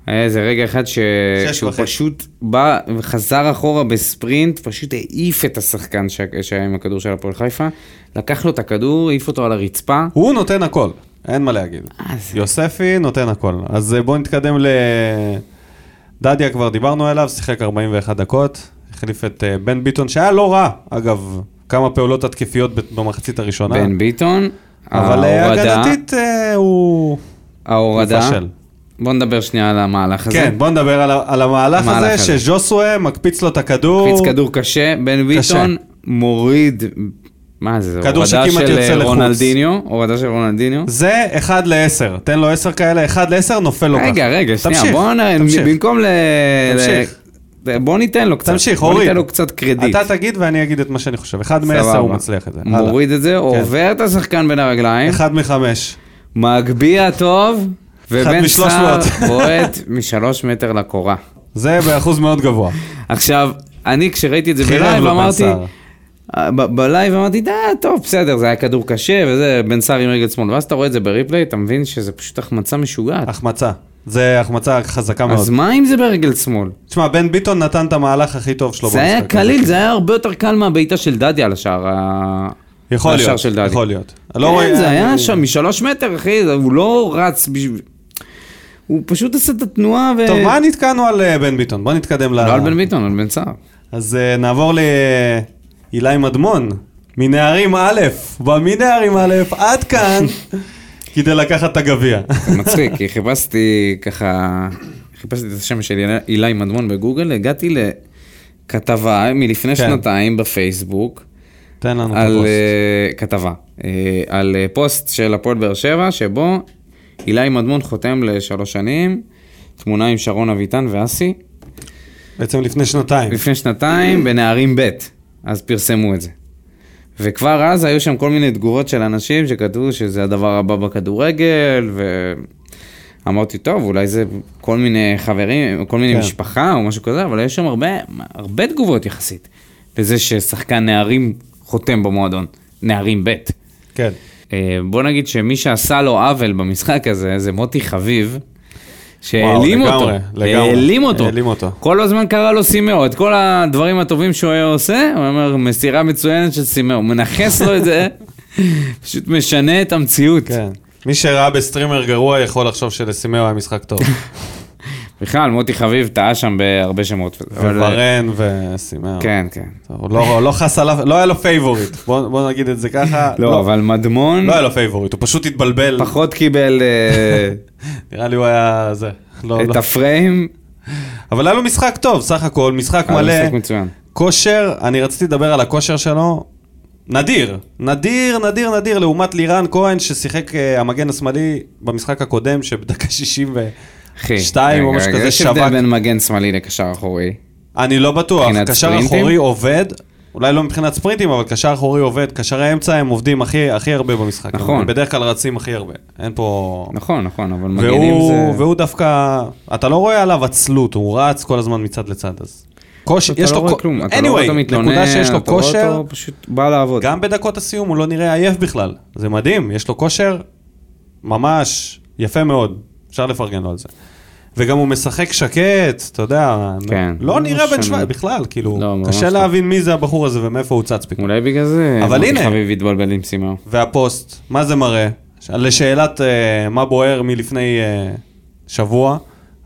Speaker 2: היה איזה רגע אחד ש...
Speaker 1: שש
Speaker 2: שהוא
Speaker 1: וחצי.
Speaker 2: פשוט בא וחזר אחורה בספרינט, פשוט העיף את השחקן ש... שהיה עם הכדור של הפועל חיפה, לקח לו את הכדור, העיף אותו על הרצפה.
Speaker 1: הוא נותן הכל, אין מה להגיד.
Speaker 2: אה, זה-
Speaker 1: יוספי נותן הכל. אז אה, בואו נתקדם ל... דדיה כבר דיברנו עליו, שיחק 41 דקות, החליף את אה, בן ביטון, שהיה לא רע, אגב, כמה פעולות התקפיות במחצית הראשונה.
Speaker 2: בן ביטון,
Speaker 1: אבל אה,
Speaker 2: ההורדה,
Speaker 1: הגנתית אה, הוא...
Speaker 2: ההורדה.
Speaker 1: הוא מפשל.
Speaker 2: בוא נדבר שנייה על המהלך הזה.
Speaker 1: כן, בוא נדבר על ה- על המהלך
Speaker 2: המהלך
Speaker 1: הזה,
Speaker 2: הזה.
Speaker 1: שז'וסווה מקפיץ לו את הכדור.
Speaker 2: קפיץ כדור קשה, בן ביטון מוריד, מה זה,
Speaker 1: כדור
Speaker 2: הורדה
Speaker 1: שכמעט
Speaker 2: של
Speaker 1: יוצא
Speaker 2: אה,
Speaker 1: לחוץ.
Speaker 2: רונלדיניו, הורדה של רונלדיניו.
Speaker 1: זה 1 ל-10, תן לו 10 כאלה, 1 ל-10, נופל לו לא ככה.
Speaker 2: רגע, רגע, שנייה,
Speaker 1: תמשיך,
Speaker 2: בוא נ...
Speaker 1: תמשיך.
Speaker 2: במקום ל...
Speaker 1: תמשיך.
Speaker 2: ל- בוא ניתן לו קצת,
Speaker 1: תמשיך,
Speaker 2: בוא
Speaker 1: אורי.
Speaker 2: ניתן לו קצת קרדיט.
Speaker 1: אתה תגיד ואני אגיד את מה שאני חושב. אחד מ-10
Speaker 2: סבבה.
Speaker 1: הוא מצליח את זה. הלאה. כן.
Speaker 2: מוריד את זה, עובר את השחקן בין הרגליים,
Speaker 1: אחד מחמש.
Speaker 2: מגביה טוב, ובן
Speaker 1: משלוש
Speaker 2: סער
Speaker 1: מאות.
Speaker 2: בועט משלוש מטר לקורה.
Speaker 1: זה באחוז מאוד גבוה.
Speaker 2: עכשיו, אני כשראיתי את זה
Speaker 1: חירב
Speaker 2: בלייב
Speaker 1: לו בן
Speaker 2: אמרתי,
Speaker 1: סער.
Speaker 2: אה, ב- בלייב אמרתי, דה, טוב, בסדר, זה היה כדור קשה, וזה, בן סער עם רגל שמאל, ואז אתה רואה את זה בריפליי, אתה מבין שזה פשוט החמצה משוגעת.
Speaker 1: החמצה. זה החמצה חזקה מאוד.
Speaker 2: אז מה אם זה ברגל שמאל?
Speaker 1: תשמע, בן ביטון נתן את המהלך הכי טוב שלו
Speaker 2: זה היה
Speaker 1: במשחק הזה.
Speaker 2: קליל, זה היה הרבה יותר קל מהבעיטה של דדיה על השער. ה-
Speaker 1: יכול
Speaker 2: לשער
Speaker 1: להיות,
Speaker 2: של דדי.
Speaker 1: יכול להיות. לא
Speaker 2: כן,
Speaker 1: רואה-
Speaker 2: זה היה
Speaker 1: אני-
Speaker 2: שם משלוש מטר, אחי, הוא לא רץ בשביל... הוא פשוט עשה את התנועה ו...
Speaker 1: טוב, מה נתקענו על אה, בן ביטון? בוא נתקדם ל...
Speaker 2: לא על בן ביטון, על בן סער.
Speaker 1: אז אה, נעבור לאילי מדמון, מנערים א', במנערים א', עד
Speaker 2: [LAUGHS]
Speaker 1: כאן, כדי לקחת את הגביע.
Speaker 2: זה מצחיק, כי חיפשתי ככה, חיפשתי את השם של אילי- אילי מדמון בגוגל, הגעתי לכתבה מלפני
Speaker 1: כן.
Speaker 2: שנתיים בפייסבוק,
Speaker 1: תן לנו את
Speaker 2: על
Speaker 1: הפוסט.
Speaker 2: אה, כתבה, אה, על אה, פוסט של הפועל באר שבע, שבו אילי מדמון חותם לשלוש שנים, תמונה עם שרון אביטן ואסי,
Speaker 1: בעצם לפני שנתיים.
Speaker 2: לפני שנתיים בנערים ב', אז פרסמו את זה. וכבר אז היו שם כל מיני תגובות של אנשים שכתבו שזה הדבר הבא בכדורגל, ואמרתי, טוב, אולי זה כל מיני חברים, כל מיני
Speaker 1: כן.
Speaker 2: כן. משפחה או משהו כזה, אבל יש שם הרבה, הרבה תגובות יחסית לזה ששחקן נערים חותם במועדון, נערים ב'.
Speaker 1: כן.
Speaker 2: אה, בוא נגיד שמי שעשה לו עוול במשחק הזה זה מוטי חביב, שהעלים
Speaker 1: וואו,
Speaker 2: אותו,
Speaker 1: לגמרי, לגמרי.
Speaker 2: העלים אותו.
Speaker 1: העלים אותו.
Speaker 2: כל הזמן קרא לו סימאו, את כל הדברים הטובים שהוא היה עושה, הוא אומר, מסירה מצוינת של סימאו, הוא מנכס לו את זה, [LAUGHS] פשוט משנה את המציאות.
Speaker 1: כן. מי שראה בסטרימר גרוע יכול לחשוב שלסימאו היה משחק טוב.
Speaker 2: בכלל, מוטי חביב טעה שם בהרבה שמות. [LAUGHS] אבל- אה,
Speaker 1: וברן וסימאו.
Speaker 2: כן, כן.
Speaker 1: הוא לא, לא חס עליו, לא היה לו פייבוריט. בוא, בוא נגיד את זה ככה.
Speaker 2: [LAUGHS] לא, אבל מדמון
Speaker 1: לא היה לו פייבוריט, הוא פשוט התבלבל.
Speaker 2: פחות קיבל אה,
Speaker 1: נראה לי הוא היה זה. [LAUGHS] לא,
Speaker 2: את
Speaker 1: לא.
Speaker 2: הפריים,
Speaker 1: אבל היה לו משחק טוב, סך הכל, משחק
Speaker 2: אבל
Speaker 1: מלא.
Speaker 2: אה, משחק מצוין.
Speaker 1: כושר, אני רציתי לדבר על הכושר שלו, נדיר, נדיר, נדיר, נדיר, לעומת לירן כהן ששיחק אה, המגן השמאלי במשחק הקודם, שבדקה 62
Speaker 2: אחי,
Speaker 1: או
Speaker 2: רגע,
Speaker 1: משהו
Speaker 2: רגע,
Speaker 1: כזה
Speaker 2: יש הבדל
Speaker 1: שווק.
Speaker 2: בין מגן שמאלי לקשר אחורי.
Speaker 1: אני לא בטוח,
Speaker 2: מבחינת
Speaker 1: קשר
Speaker 2: ספרינטים?
Speaker 1: אחורי עובד, אולי לא מבחינת ספרינטים, אבל קשר אחורי עובד, קשרי אמצע הם עובדים הכי, הכי הרבה במשחק.
Speaker 2: נכון.
Speaker 1: הם בדרך כלל רצים הכי הרבה, אין פה...
Speaker 2: נכון, נכון, אבל מגנים
Speaker 1: והוא,
Speaker 2: זה...
Speaker 1: והוא דווקא, אתה לא רואה עליו עצלות, הוא רץ כל הזמן מצד לצד, אז כושר, יש לו...
Speaker 2: אתה לא רואה
Speaker 1: כו-
Speaker 2: כלום, אתה לא רואה
Speaker 1: anyway,
Speaker 2: אותו מתלונן,
Speaker 1: נקודה שיש לו
Speaker 2: אתה רואה
Speaker 1: כושר,
Speaker 2: אותו פשוט בא לעבוד.
Speaker 1: גם בדקות הסיום הוא לא נראה עייף בכלל. זה מדהים, יש לו כושר ממש יפה מאוד. אפשר לפרגן לו על זה. וגם הוא משחק שקט, אתה יודע,
Speaker 2: כן.
Speaker 1: לא נראה בן
Speaker 2: ממש
Speaker 1: שבע
Speaker 2: לא.
Speaker 1: בכלל, כאילו,
Speaker 2: לא, ממש
Speaker 1: קשה
Speaker 2: לא.
Speaker 1: להבין מי זה הבחור הזה ומאיפה הוא צץ פתאום.
Speaker 2: אולי בגלל זה...
Speaker 1: אבל
Speaker 2: מוטי
Speaker 1: הנה.
Speaker 2: חביב התבלבל עם סימאו.
Speaker 1: והפוסט, מה זה מראה? ש- לשאלת אה, מה בוער מלפני אה, שבוע,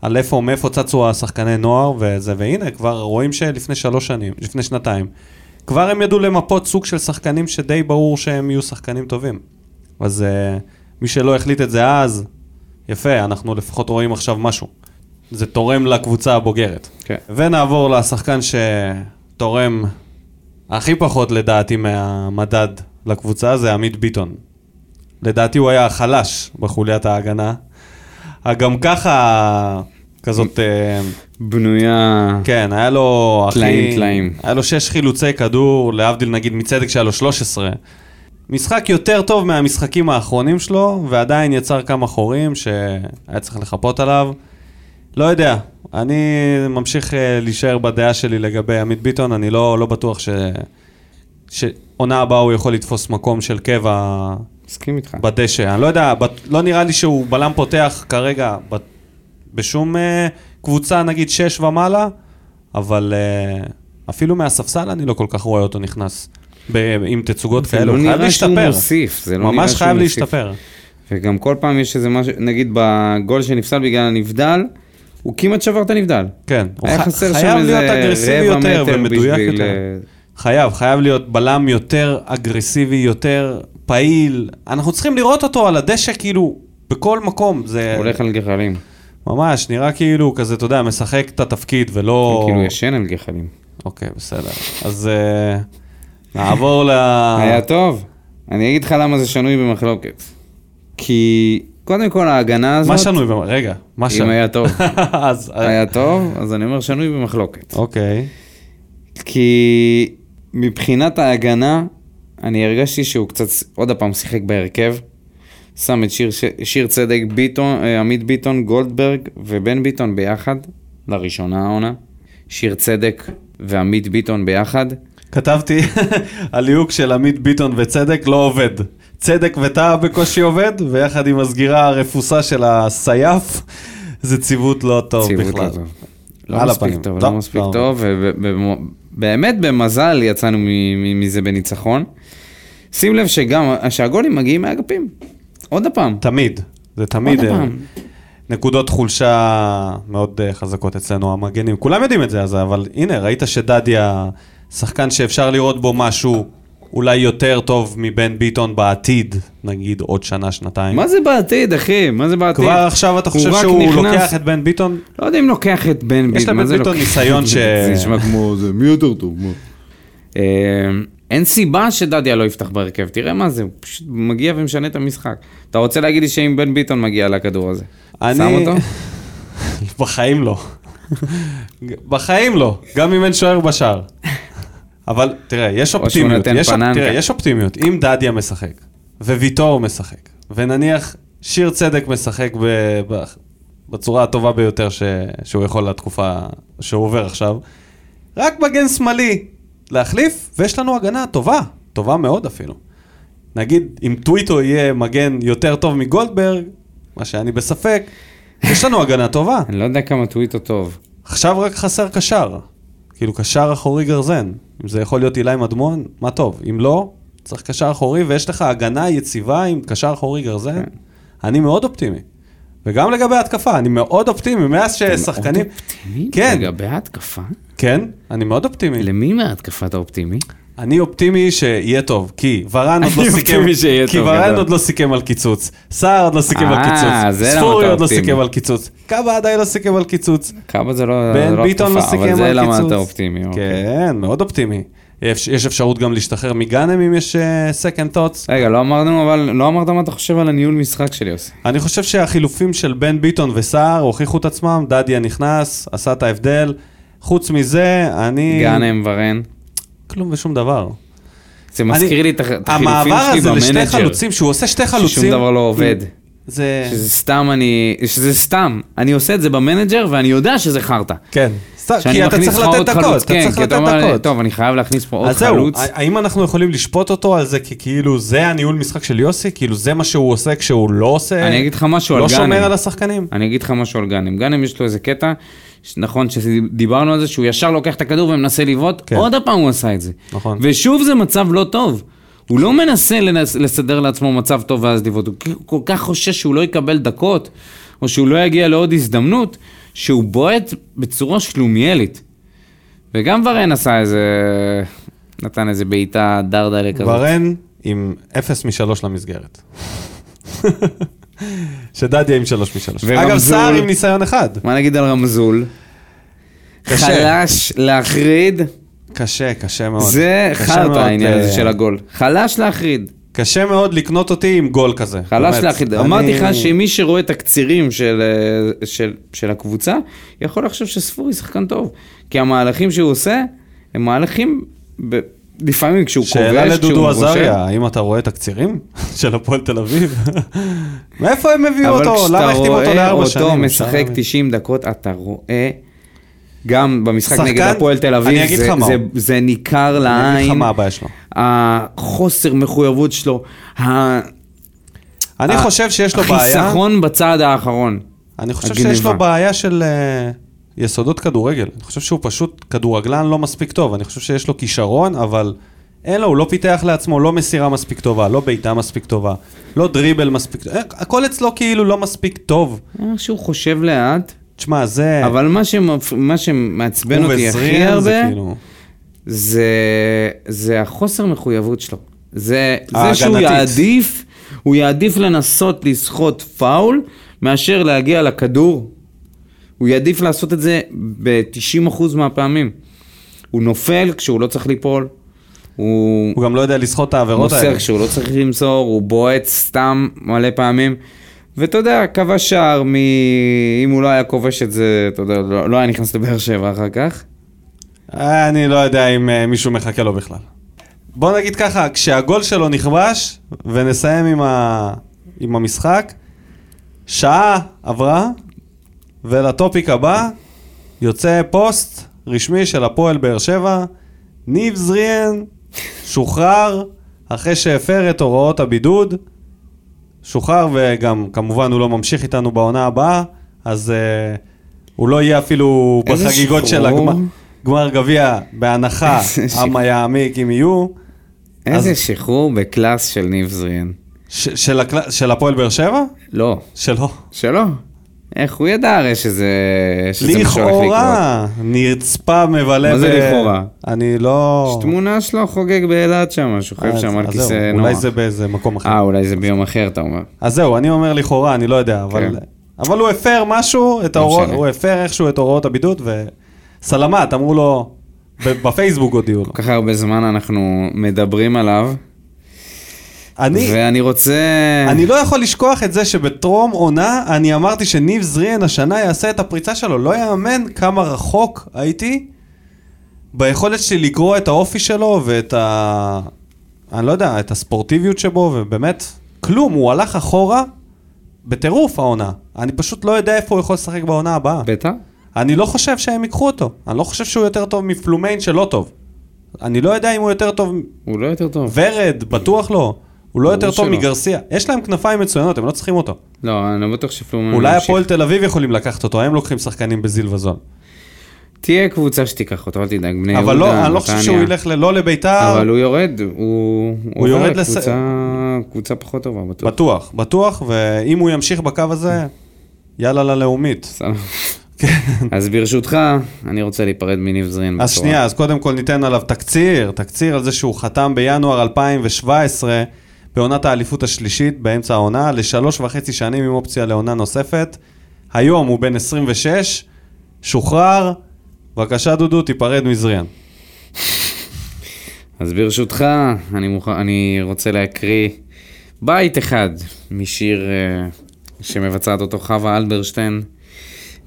Speaker 1: על איפה, מאיפה צצו השחקני נוער וזה, והנה, כבר רואים שלפני שלוש שנים, לפני שנתיים, כבר הם ידעו למפות סוג של שחקנים שדי ברור שהם יהיו שחקנים טובים. אז אה, מי שלא החליט את זה אז, יפה, אנחנו לפחות רואים עכשיו משהו. זה תורם לקבוצה הבוגרת.
Speaker 2: כן.
Speaker 1: ונעבור לשחקן שתורם הכי פחות לדעתי מהמדד לקבוצה, זה עמית ביטון. לדעתי הוא היה החלש בחוליית ההגנה. הגם ככה כזאת, אה,
Speaker 2: בנויה...
Speaker 1: כן, היה לו הכי...
Speaker 2: טלאים, טלאים.
Speaker 1: היה לו שש חילוצי כדור, להבדיל נגיד מצדק שהיה לו 13. משחק יותר טוב מהמשחקים האחרונים שלו, ועדיין יצר כמה חורים שהיה צריך לחפות עליו. לא יודע, אני ממשיך אה, להישאר בדעה שלי לגבי עמית ביטון, אני לא, לא בטוח ש... שעונה הבאה הוא יכול לתפוס מקום של קבע
Speaker 2: מסכים איתך.
Speaker 1: בדשא. אני לא יודע, בת- לא נראה לי שהוא בלם פותח כרגע בת- בשום אה, קבוצה, נגיד, שש ומעלה, אבל אה, אפילו מהספסל אני לא כל כך רואה אותו נכנס. ב- עם תצוגות
Speaker 2: זה
Speaker 1: כאלו,
Speaker 2: לא
Speaker 1: הוא חייב
Speaker 2: נראה שהוא
Speaker 1: להשתפר.
Speaker 2: מוסיף, זה לא נראה
Speaker 1: ממש
Speaker 2: שהוא
Speaker 1: חייב
Speaker 2: מוסיף.
Speaker 1: להשתפר.
Speaker 2: וגם כל פעם יש איזה משהו, נגיד בגול שנפסל בגלל הנבדל, הוא כמעט שבר את הנבדל.
Speaker 1: כן, הוא
Speaker 2: היה
Speaker 1: ח-
Speaker 2: חסר שם
Speaker 1: חייב להיות
Speaker 2: איזה
Speaker 1: אגרסיבי
Speaker 2: רבע
Speaker 1: יותר
Speaker 2: מטר
Speaker 1: ומדויק
Speaker 2: בשביל...
Speaker 1: יותר.
Speaker 2: אה,
Speaker 1: חייב, חייב להיות בלם יותר אגרסיבי, יותר פעיל. אנחנו צריכים לראות אותו על הדשא כאילו בכל מקום. זה
Speaker 2: הוא הולך על גחלים.
Speaker 1: ממש נראה כאילו הוא כזה, אתה יודע, משחק את התפקיד ולא...
Speaker 2: הוא כאילו ישן על גחלים.
Speaker 1: אוקיי, בסדר. אז אה, נעבור ל...
Speaker 2: [LAUGHS] היה טוב. אני אגיד לך למה זה שנוי במחלוקת. כי קודם כל ההגנה הזאת,
Speaker 1: מה שנוי? במ- רגע, מה שנוי?
Speaker 2: אם היה טוב,
Speaker 1: [LAUGHS] אז... אה,
Speaker 2: היה טוב, אז אני אומר שנוי במחלוקת.
Speaker 1: אוקיי.
Speaker 2: כי מבחינת ההגנה, אני הרגשתי שהוא קצת, עוד פעם, שיחק בהרכב. שם את שיר, ש- שיר צדק ביטון, אה, עמית ביטון, גולדברג ובן ביטון ביחד, לראשונה העונה. שיר צדק ועמית ביטון ביחד.
Speaker 1: כתבתי, [LAUGHS] הליהוק של עמית ביטון וצדק לא עובד. צדק וטאה בקושי עובד, ויחד עם הסגירה הרפוסה של הסייף, זה ציוות לא טוב
Speaker 2: ציוות
Speaker 1: בכלל.
Speaker 2: לא טוב. לא
Speaker 1: על
Speaker 2: מספיק
Speaker 1: הפנים.
Speaker 2: טוב,
Speaker 1: לא,
Speaker 2: לא מספיק
Speaker 1: לא.
Speaker 2: טוב, ובאמת במזל יצאנו מ- מ- מזה בניצחון. שים לב שגם, שהגולים מגיעים מהאגפים. עוד פעם.
Speaker 1: תמיד, זה תמיד
Speaker 2: עוד
Speaker 1: אה,
Speaker 2: פעם.
Speaker 1: נקודות חולשה מאוד אה, חזקות אצלנו, המגנים. כולם יודעים את זה, אז, אבל הנה, ראית שדדיה, שחקן שאפשר לראות בו משהו אולי יותר טוב מבן ביטון בעתיד, נגיד עוד שנה, שנתיים.
Speaker 2: מה זה בעתיד, אחי? מה זה בעתיד?
Speaker 1: כבר עכשיו אתה
Speaker 2: הוא
Speaker 1: חושב
Speaker 2: רק
Speaker 1: שהוא
Speaker 2: נכנס-
Speaker 1: לוקח את בן ביטון?
Speaker 2: לא יודע אם לוקח את בן ביטון,
Speaker 1: לבן
Speaker 2: מה זה
Speaker 1: ביטון
Speaker 2: לוקח?
Speaker 1: ניסיון ש-
Speaker 2: זה נשמע כמו זה, מי יותר טוב? מה? אה, אין סיבה שדדיה לא יפתח בהרכב, תראה מה זה, הוא פשוט מגיע ומשנה את המשחק. אתה רוצה להגיד לי שאם בן ביטון מגיע לכדור הזה,
Speaker 1: אני-
Speaker 2: שם אותו?
Speaker 1: [LAUGHS] בחיים לא. בחיים לא, גם אם אין שוער בשער. אבל תראה, יש
Speaker 2: שהוא
Speaker 1: אופטימיות,
Speaker 2: נותן
Speaker 1: יש, אופ-
Speaker 2: פננקה.
Speaker 1: תראה, יש אופטימיות. אם דדיה משחק, וויטור משחק, ונניח שיר צדק משחק ב- ב- בצורה הטובה ביותר ש... שהוא יכול לתקופה שהוא עובר עכשיו, רק מגן שמאלי להחליף, ויש לנו הגנה טובה, טובה מאוד אפילו. נגיד, אם טוויטו יהיה מגן יותר טוב מגולדברג, מה שאני בספק, יש לנו הגנה טובה.
Speaker 2: אני לא יודע כמה טוויטו טוב.
Speaker 1: עכשיו רק חסר קשר. כאילו, קשר אחורי גרזן. אם זה יכול להיות אילי מדמון, מה טוב. אם לא, צריך קשר אחורי, ויש לך הגנה יציבה עם קשר אחורי גרזן.
Speaker 2: כן.
Speaker 1: אני מאוד אופטימי. וגם לגבי התקפה, אני מאוד אופטימי, מאז ששחקנים... כן,
Speaker 2: לגבי ההתקפה?
Speaker 1: כן, אני מאוד אופטימי.
Speaker 2: למי מההתקפה אתה אופטימי?
Speaker 1: אני אופטימי שיהיה טוב, כי ורן עוד לא
Speaker 2: אני
Speaker 1: סיכם,
Speaker 2: אופטימי שיהיה
Speaker 1: כי
Speaker 2: טוב,
Speaker 1: ורן
Speaker 2: גדול.
Speaker 1: עוד לא סיכם על קיצוץ, סער עוד לא סיכם על
Speaker 2: אה,
Speaker 1: קיצוץ,
Speaker 2: זה למה אתה
Speaker 1: ספורי עוד לא
Speaker 2: אופטימי.
Speaker 1: סיכם על קיצוץ, קאבה עדיין לא סיכם על קיצוץ,
Speaker 2: קאבה זה לא זה
Speaker 1: בן
Speaker 2: לא
Speaker 1: ביטון לא
Speaker 2: התקפה,
Speaker 1: סיכם על
Speaker 2: אבל
Speaker 1: קיצוץ.
Speaker 2: זה למה אתה אופטימי. אוקיי.
Speaker 1: כן, מאוד אופטימי. יש יש אפשרות גם להשתחרר מגאנם אם יש אה, second thoughts.
Speaker 2: רגע, לא אמרנו, אבל לא אמרת מה אתה חושב על הניהול משחק של יוסי.
Speaker 1: אני חושב שהחילופים של בן ביטון וסער הוכיחו את עצמם, דדיה נכנס, עשה את ההבדל. חוץ מזה, אני...
Speaker 2: גאנם ורן.
Speaker 1: כלום ושום דבר.
Speaker 2: זה מזכיר
Speaker 1: אני-
Speaker 2: לי את הח- את החילופים
Speaker 1: המעבר
Speaker 2: שלי
Speaker 1: הזה לשתי
Speaker 2: במנג'ר.
Speaker 1: חלוצים, שהוא עושה שתי חלוצים...
Speaker 2: ששום דבר לא עובד.
Speaker 1: זה...
Speaker 2: שזה סתם אני, שזה סתם. אני עושה את זה במנג'ר ואני יודע שזה חרטא.
Speaker 1: כן. סתם,
Speaker 2: שאני
Speaker 1: כי אתה
Speaker 2: מכניס
Speaker 1: צריך
Speaker 2: לך
Speaker 1: לתת
Speaker 2: עוד
Speaker 1: דקות,
Speaker 2: חלוץ.
Speaker 1: אתה
Speaker 2: כן,
Speaker 1: צריך
Speaker 2: כי אתה
Speaker 1: לתת
Speaker 2: אומר,
Speaker 1: דקות.
Speaker 2: טוב, אני חייב להכניס פה עוד
Speaker 1: אז זהו,
Speaker 2: חלוץ.
Speaker 1: ה- האם אנחנו יכולים לשפוט אותו על זה, כי כאילו זה הניהול משחק של יוסי? כאילו זה מה שהוא עושה כשהוא לא עושה?
Speaker 2: אני אגיד לך משהו על
Speaker 1: לא שומר
Speaker 2: גאנם.
Speaker 1: על השחקנים?
Speaker 2: אני אגיד לך משהו על גאנם. גאנם יש לו איזה קטע, ש- נכון שדיברנו על זה, שהוא ישר לוקח את הכדור ומנסה לבעוט,
Speaker 1: כן.
Speaker 2: עוד הפעם הוא עשה את זה.
Speaker 1: נכון.
Speaker 2: ושוב זה מצב לא טוב. הוא לא מנסה לנס, לסדר לעצמו מצב טוב ואז לבעוט, הוא כ- כל כך חושש שהוא לא יקבל דקות, או שהוא לא יגיע לעוד הזדמנות, שהוא בועט בצורה שלומיאלית. וגם ורן עשה איזה... נתן איזה בעיטה דרדלה כזאת.
Speaker 1: ורן עם 0 מ-3 למסגרת. שדדיה עם 3 מ-3. אגב,
Speaker 2: ורמזול.
Speaker 1: סער עם ניסיון אחד.
Speaker 2: מה נגיד על רמזול?
Speaker 1: קשה.
Speaker 2: חלש להחריד,
Speaker 1: קשה, קשה מאוד.
Speaker 2: זה
Speaker 1: נכון. קשה
Speaker 2: חרטא
Speaker 1: מאוד,
Speaker 2: העניין
Speaker 1: אה,
Speaker 2: הזה של הגול. חלש להחריד,
Speaker 1: קשה מאוד לקנות אותי עם גול כזה.
Speaker 2: חלש
Speaker 1: באמת.
Speaker 2: להחריד.
Speaker 1: אני-
Speaker 2: אמרתי לך שמי שרואה תקצירים של, אה, של, של הקבוצה, יכול לחשוב שספורי שחקן טוב. כי המהלכים שהוא עושה, הם מהלכים, ב... לפעמים כשהוא כובש, כשהוא
Speaker 1: שאלה
Speaker 2: רושם.
Speaker 1: לדודו עזריה, האם אתה רואה תקצירים [LAUGHS] של הפועל תל אביב?
Speaker 2: [LAUGHS]
Speaker 1: מאיפה הם הביאו
Speaker 2: אבל
Speaker 1: אותו? למה
Speaker 2: כשאתה
Speaker 1: החתימו אותו
Speaker 2: רואה
Speaker 1: לארבע שנים?
Speaker 2: אותו
Speaker 1: אפשר
Speaker 2: משחק
Speaker 1: להבין.
Speaker 2: 90 דקות, אתה רואה... גם במשחק
Speaker 1: שחקן-
Speaker 2: נגד הפועל תל
Speaker 1: אני
Speaker 2: אביב,
Speaker 1: אגיד
Speaker 2: זה,
Speaker 1: לך מה
Speaker 2: זה,
Speaker 1: הוא.
Speaker 2: זה ניכר לעין.
Speaker 1: אני אגיד לך מה הבעיה שלו.
Speaker 2: החוסר מחויבות שלו, ה-
Speaker 1: אני
Speaker 2: ה-
Speaker 1: חושב שיש לו בעיה,
Speaker 2: החיסכון בצעד האחרון.
Speaker 1: אני חושב שיש לו
Speaker 2: הגניבה.
Speaker 1: בעיה של אה, יסודות כדורגל. אני חושב שהוא פשוט כדורגלן לא מספיק טוב. אני חושב שיש לו כישרון, אבל אין לו, הוא לא פיתח לעצמו לא מסירה מספיק טובה, לא בעיטה מספיק טובה, לא דריבל מספיק טוב. הכל אצלו כאילו לא מספיק טוב.
Speaker 2: אה, שהוא חושב לאט,
Speaker 1: תשמע, זה...
Speaker 2: אבל מה, שמפ... מה שמעצבן
Speaker 1: הוא
Speaker 2: אותי הכי
Speaker 1: וזריאן, זה
Speaker 2: הרבה,
Speaker 1: כאילו-
Speaker 2: זה, זה החוסר מחויבות שלו. זה, זה
Speaker 1: ההגנתית.
Speaker 2: שהוא יעדיף, הוא יעדיף לנסות לסחוט פאול, מאשר להגיע לכדור. הוא יעדיף לעשות את זה ב-90% מהפעמים. הוא נופל כשהוא לא צריך ליפול. הוא
Speaker 1: הוא גם לא יודע לסחוט את העבירות האלה.
Speaker 2: מוסר כשהוא לא צריך למסור, הוא בועט סתם מלא פעמים. ואתה יודע, כבש שער, מ... אם הוא לא היה כובש את זה, אתה יודע, לא, לא היה נכנס לבאר שבע אחר כך.
Speaker 1: אה, אני לא יודע אם אה, מישהו מחכה לו בכלל. בוא נגיד ככה, כשהגול שלו נכבש, ונסיים עם, ה... עם המשחק, שעה עברה, ולטופיק הבא יוצא פוסט רשמי של הפועל באר שבע, ניב זריאן שוחרר אחרי שהפר את הוראות הבידוד, שוחרר וגם כמובן הוא לא ממשיך איתנו בעונה הבאה, אז uh, הוא לא יהיה אפילו
Speaker 2: איזה
Speaker 1: בחגיגות של
Speaker 2: שחרור.
Speaker 1: הגמר גמר גביע,
Speaker 2: [LAUGHS]
Speaker 1: בהנחה,
Speaker 2: איזה שחרור.
Speaker 1: עם יעמיק אם יהיו, אז-
Speaker 2: איזה שחרור בקלאס של ניב זריאן.
Speaker 1: ש- של, הקל... של הפועל באר שבע?
Speaker 2: לא,
Speaker 1: שלא.
Speaker 2: שלא. איך הוא ידע הרי שזה, שזה מה שהולך לקרות?
Speaker 1: לכאורה, נרצפה מבלה
Speaker 2: מה זה
Speaker 1: ב-
Speaker 2: לכאורה?
Speaker 1: אני לא...
Speaker 2: יש תמונה שלו חוגג באילת שם, שוכב
Speaker 1: אז-
Speaker 2: שם על
Speaker 1: אה, אז זהו,
Speaker 2: כיסא נוח.
Speaker 1: אולי זה באיזה מקום אחר.
Speaker 2: אה, אולי זה ביום אחר, אתה אומר.
Speaker 1: אז זהו, אני אומר לכאורה, אני לא יודע, אבל...
Speaker 2: כן. לא
Speaker 1: אבל הוא הפר משהו, את ההוראות-
Speaker 2: משנה.
Speaker 1: הוא הפר איכשהו את הוראות הבידוד, וסלמת, אמרו לו, ב- בפייסבוק הודיעו לו.
Speaker 2: כל כך הרבה זמן אנחנו מדברים עליו,
Speaker 1: אני...
Speaker 2: ואני רוצה...
Speaker 1: אני לא יכול לשכוח את זה שבטרום עונה אני אמרתי שניב זריאן השנה יעשה את הפריצה שלו. לא יאמן כמה רחוק הייתי ביכולת שלי לקרוא את האופי שלו ואת ה... אני לא יודע, את הספורטיביות שבו, ובאמת, כלום, הוא הלך אחורה בטירוף העונה. אני פשוט לא יודע איפה הוא יכול לשחק בעונה הבאה.
Speaker 2: בית"ר?
Speaker 1: אני לא חושב שהם ייקחו אותו. אני לא חושב שהוא יותר טוב מפלומיין שלא טוב. אני לא יודע אם הוא יותר טוב
Speaker 2: הוא לא יותר טוב.
Speaker 1: ורד, בטוח לא. הוא לא
Speaker 2: ברור
Speaker 1: יותר טוב
Speaker 2: שלא.
Speaker 1: מגרסיה. יש להם כנפיים מצוינות, הם לא צריכים אותו.
Speaker 2: לא, אני לא בטוח שפלומן
Speaker 1: אולי
Speaker 2: ימשיך.
Speaker 1: הפועל תל אביב יכולים לקחת אותו, הם לוקחים שחקנים בזיל וזול.
Speaker 2: תהיה קבוצה שתיקח אותו, אל תדאג, בני יהודה,
Speaker 1: אבל לא, אני לא חושב שהוא
Speaker 2: נתניה.
Speaker 1: ילך ל- לא לביתר,
Speaker 2: אבל הוא יורד, הוא... הוא
Speaker 1: יורד
Speaker 2: עובר
Speaker 1: לס-
Speaker 2: לקבוצה- קבוצה פחות טובה,
Speaker 1: [LAUGHS]
Speaker 2: בטוח.
Speaker 1: בטוח, בטוח, ואם הוא ימשיך בקו הזה, יאללה ללאומית.
Speaker 2: בסדר.
Speaker 1: כן.
Speaker 2: אז ברשותך, אני רוצה להיפרד מניב זרין.
Speaker 1: אז
Speaker 2: בצורה-
Speaker 1: שנייה, אז קודם כל ניתן עליו תקציר, תקציר על זה שהוא חתם בינואר 2017 בעונת האליפות השלישית באמצע העונה, לשלוש וחצי שנים עם אופציה לעונה נוספת. היום הוא בן 26, שוחרר. בבקשה דודו, תיפרד מזריאן.
Speaker 2: אז ברשותך, אני, מוכ... אני רוצה להקריא בית אחד משיר אה, שמבצעת אותו חווה אלברשטיין.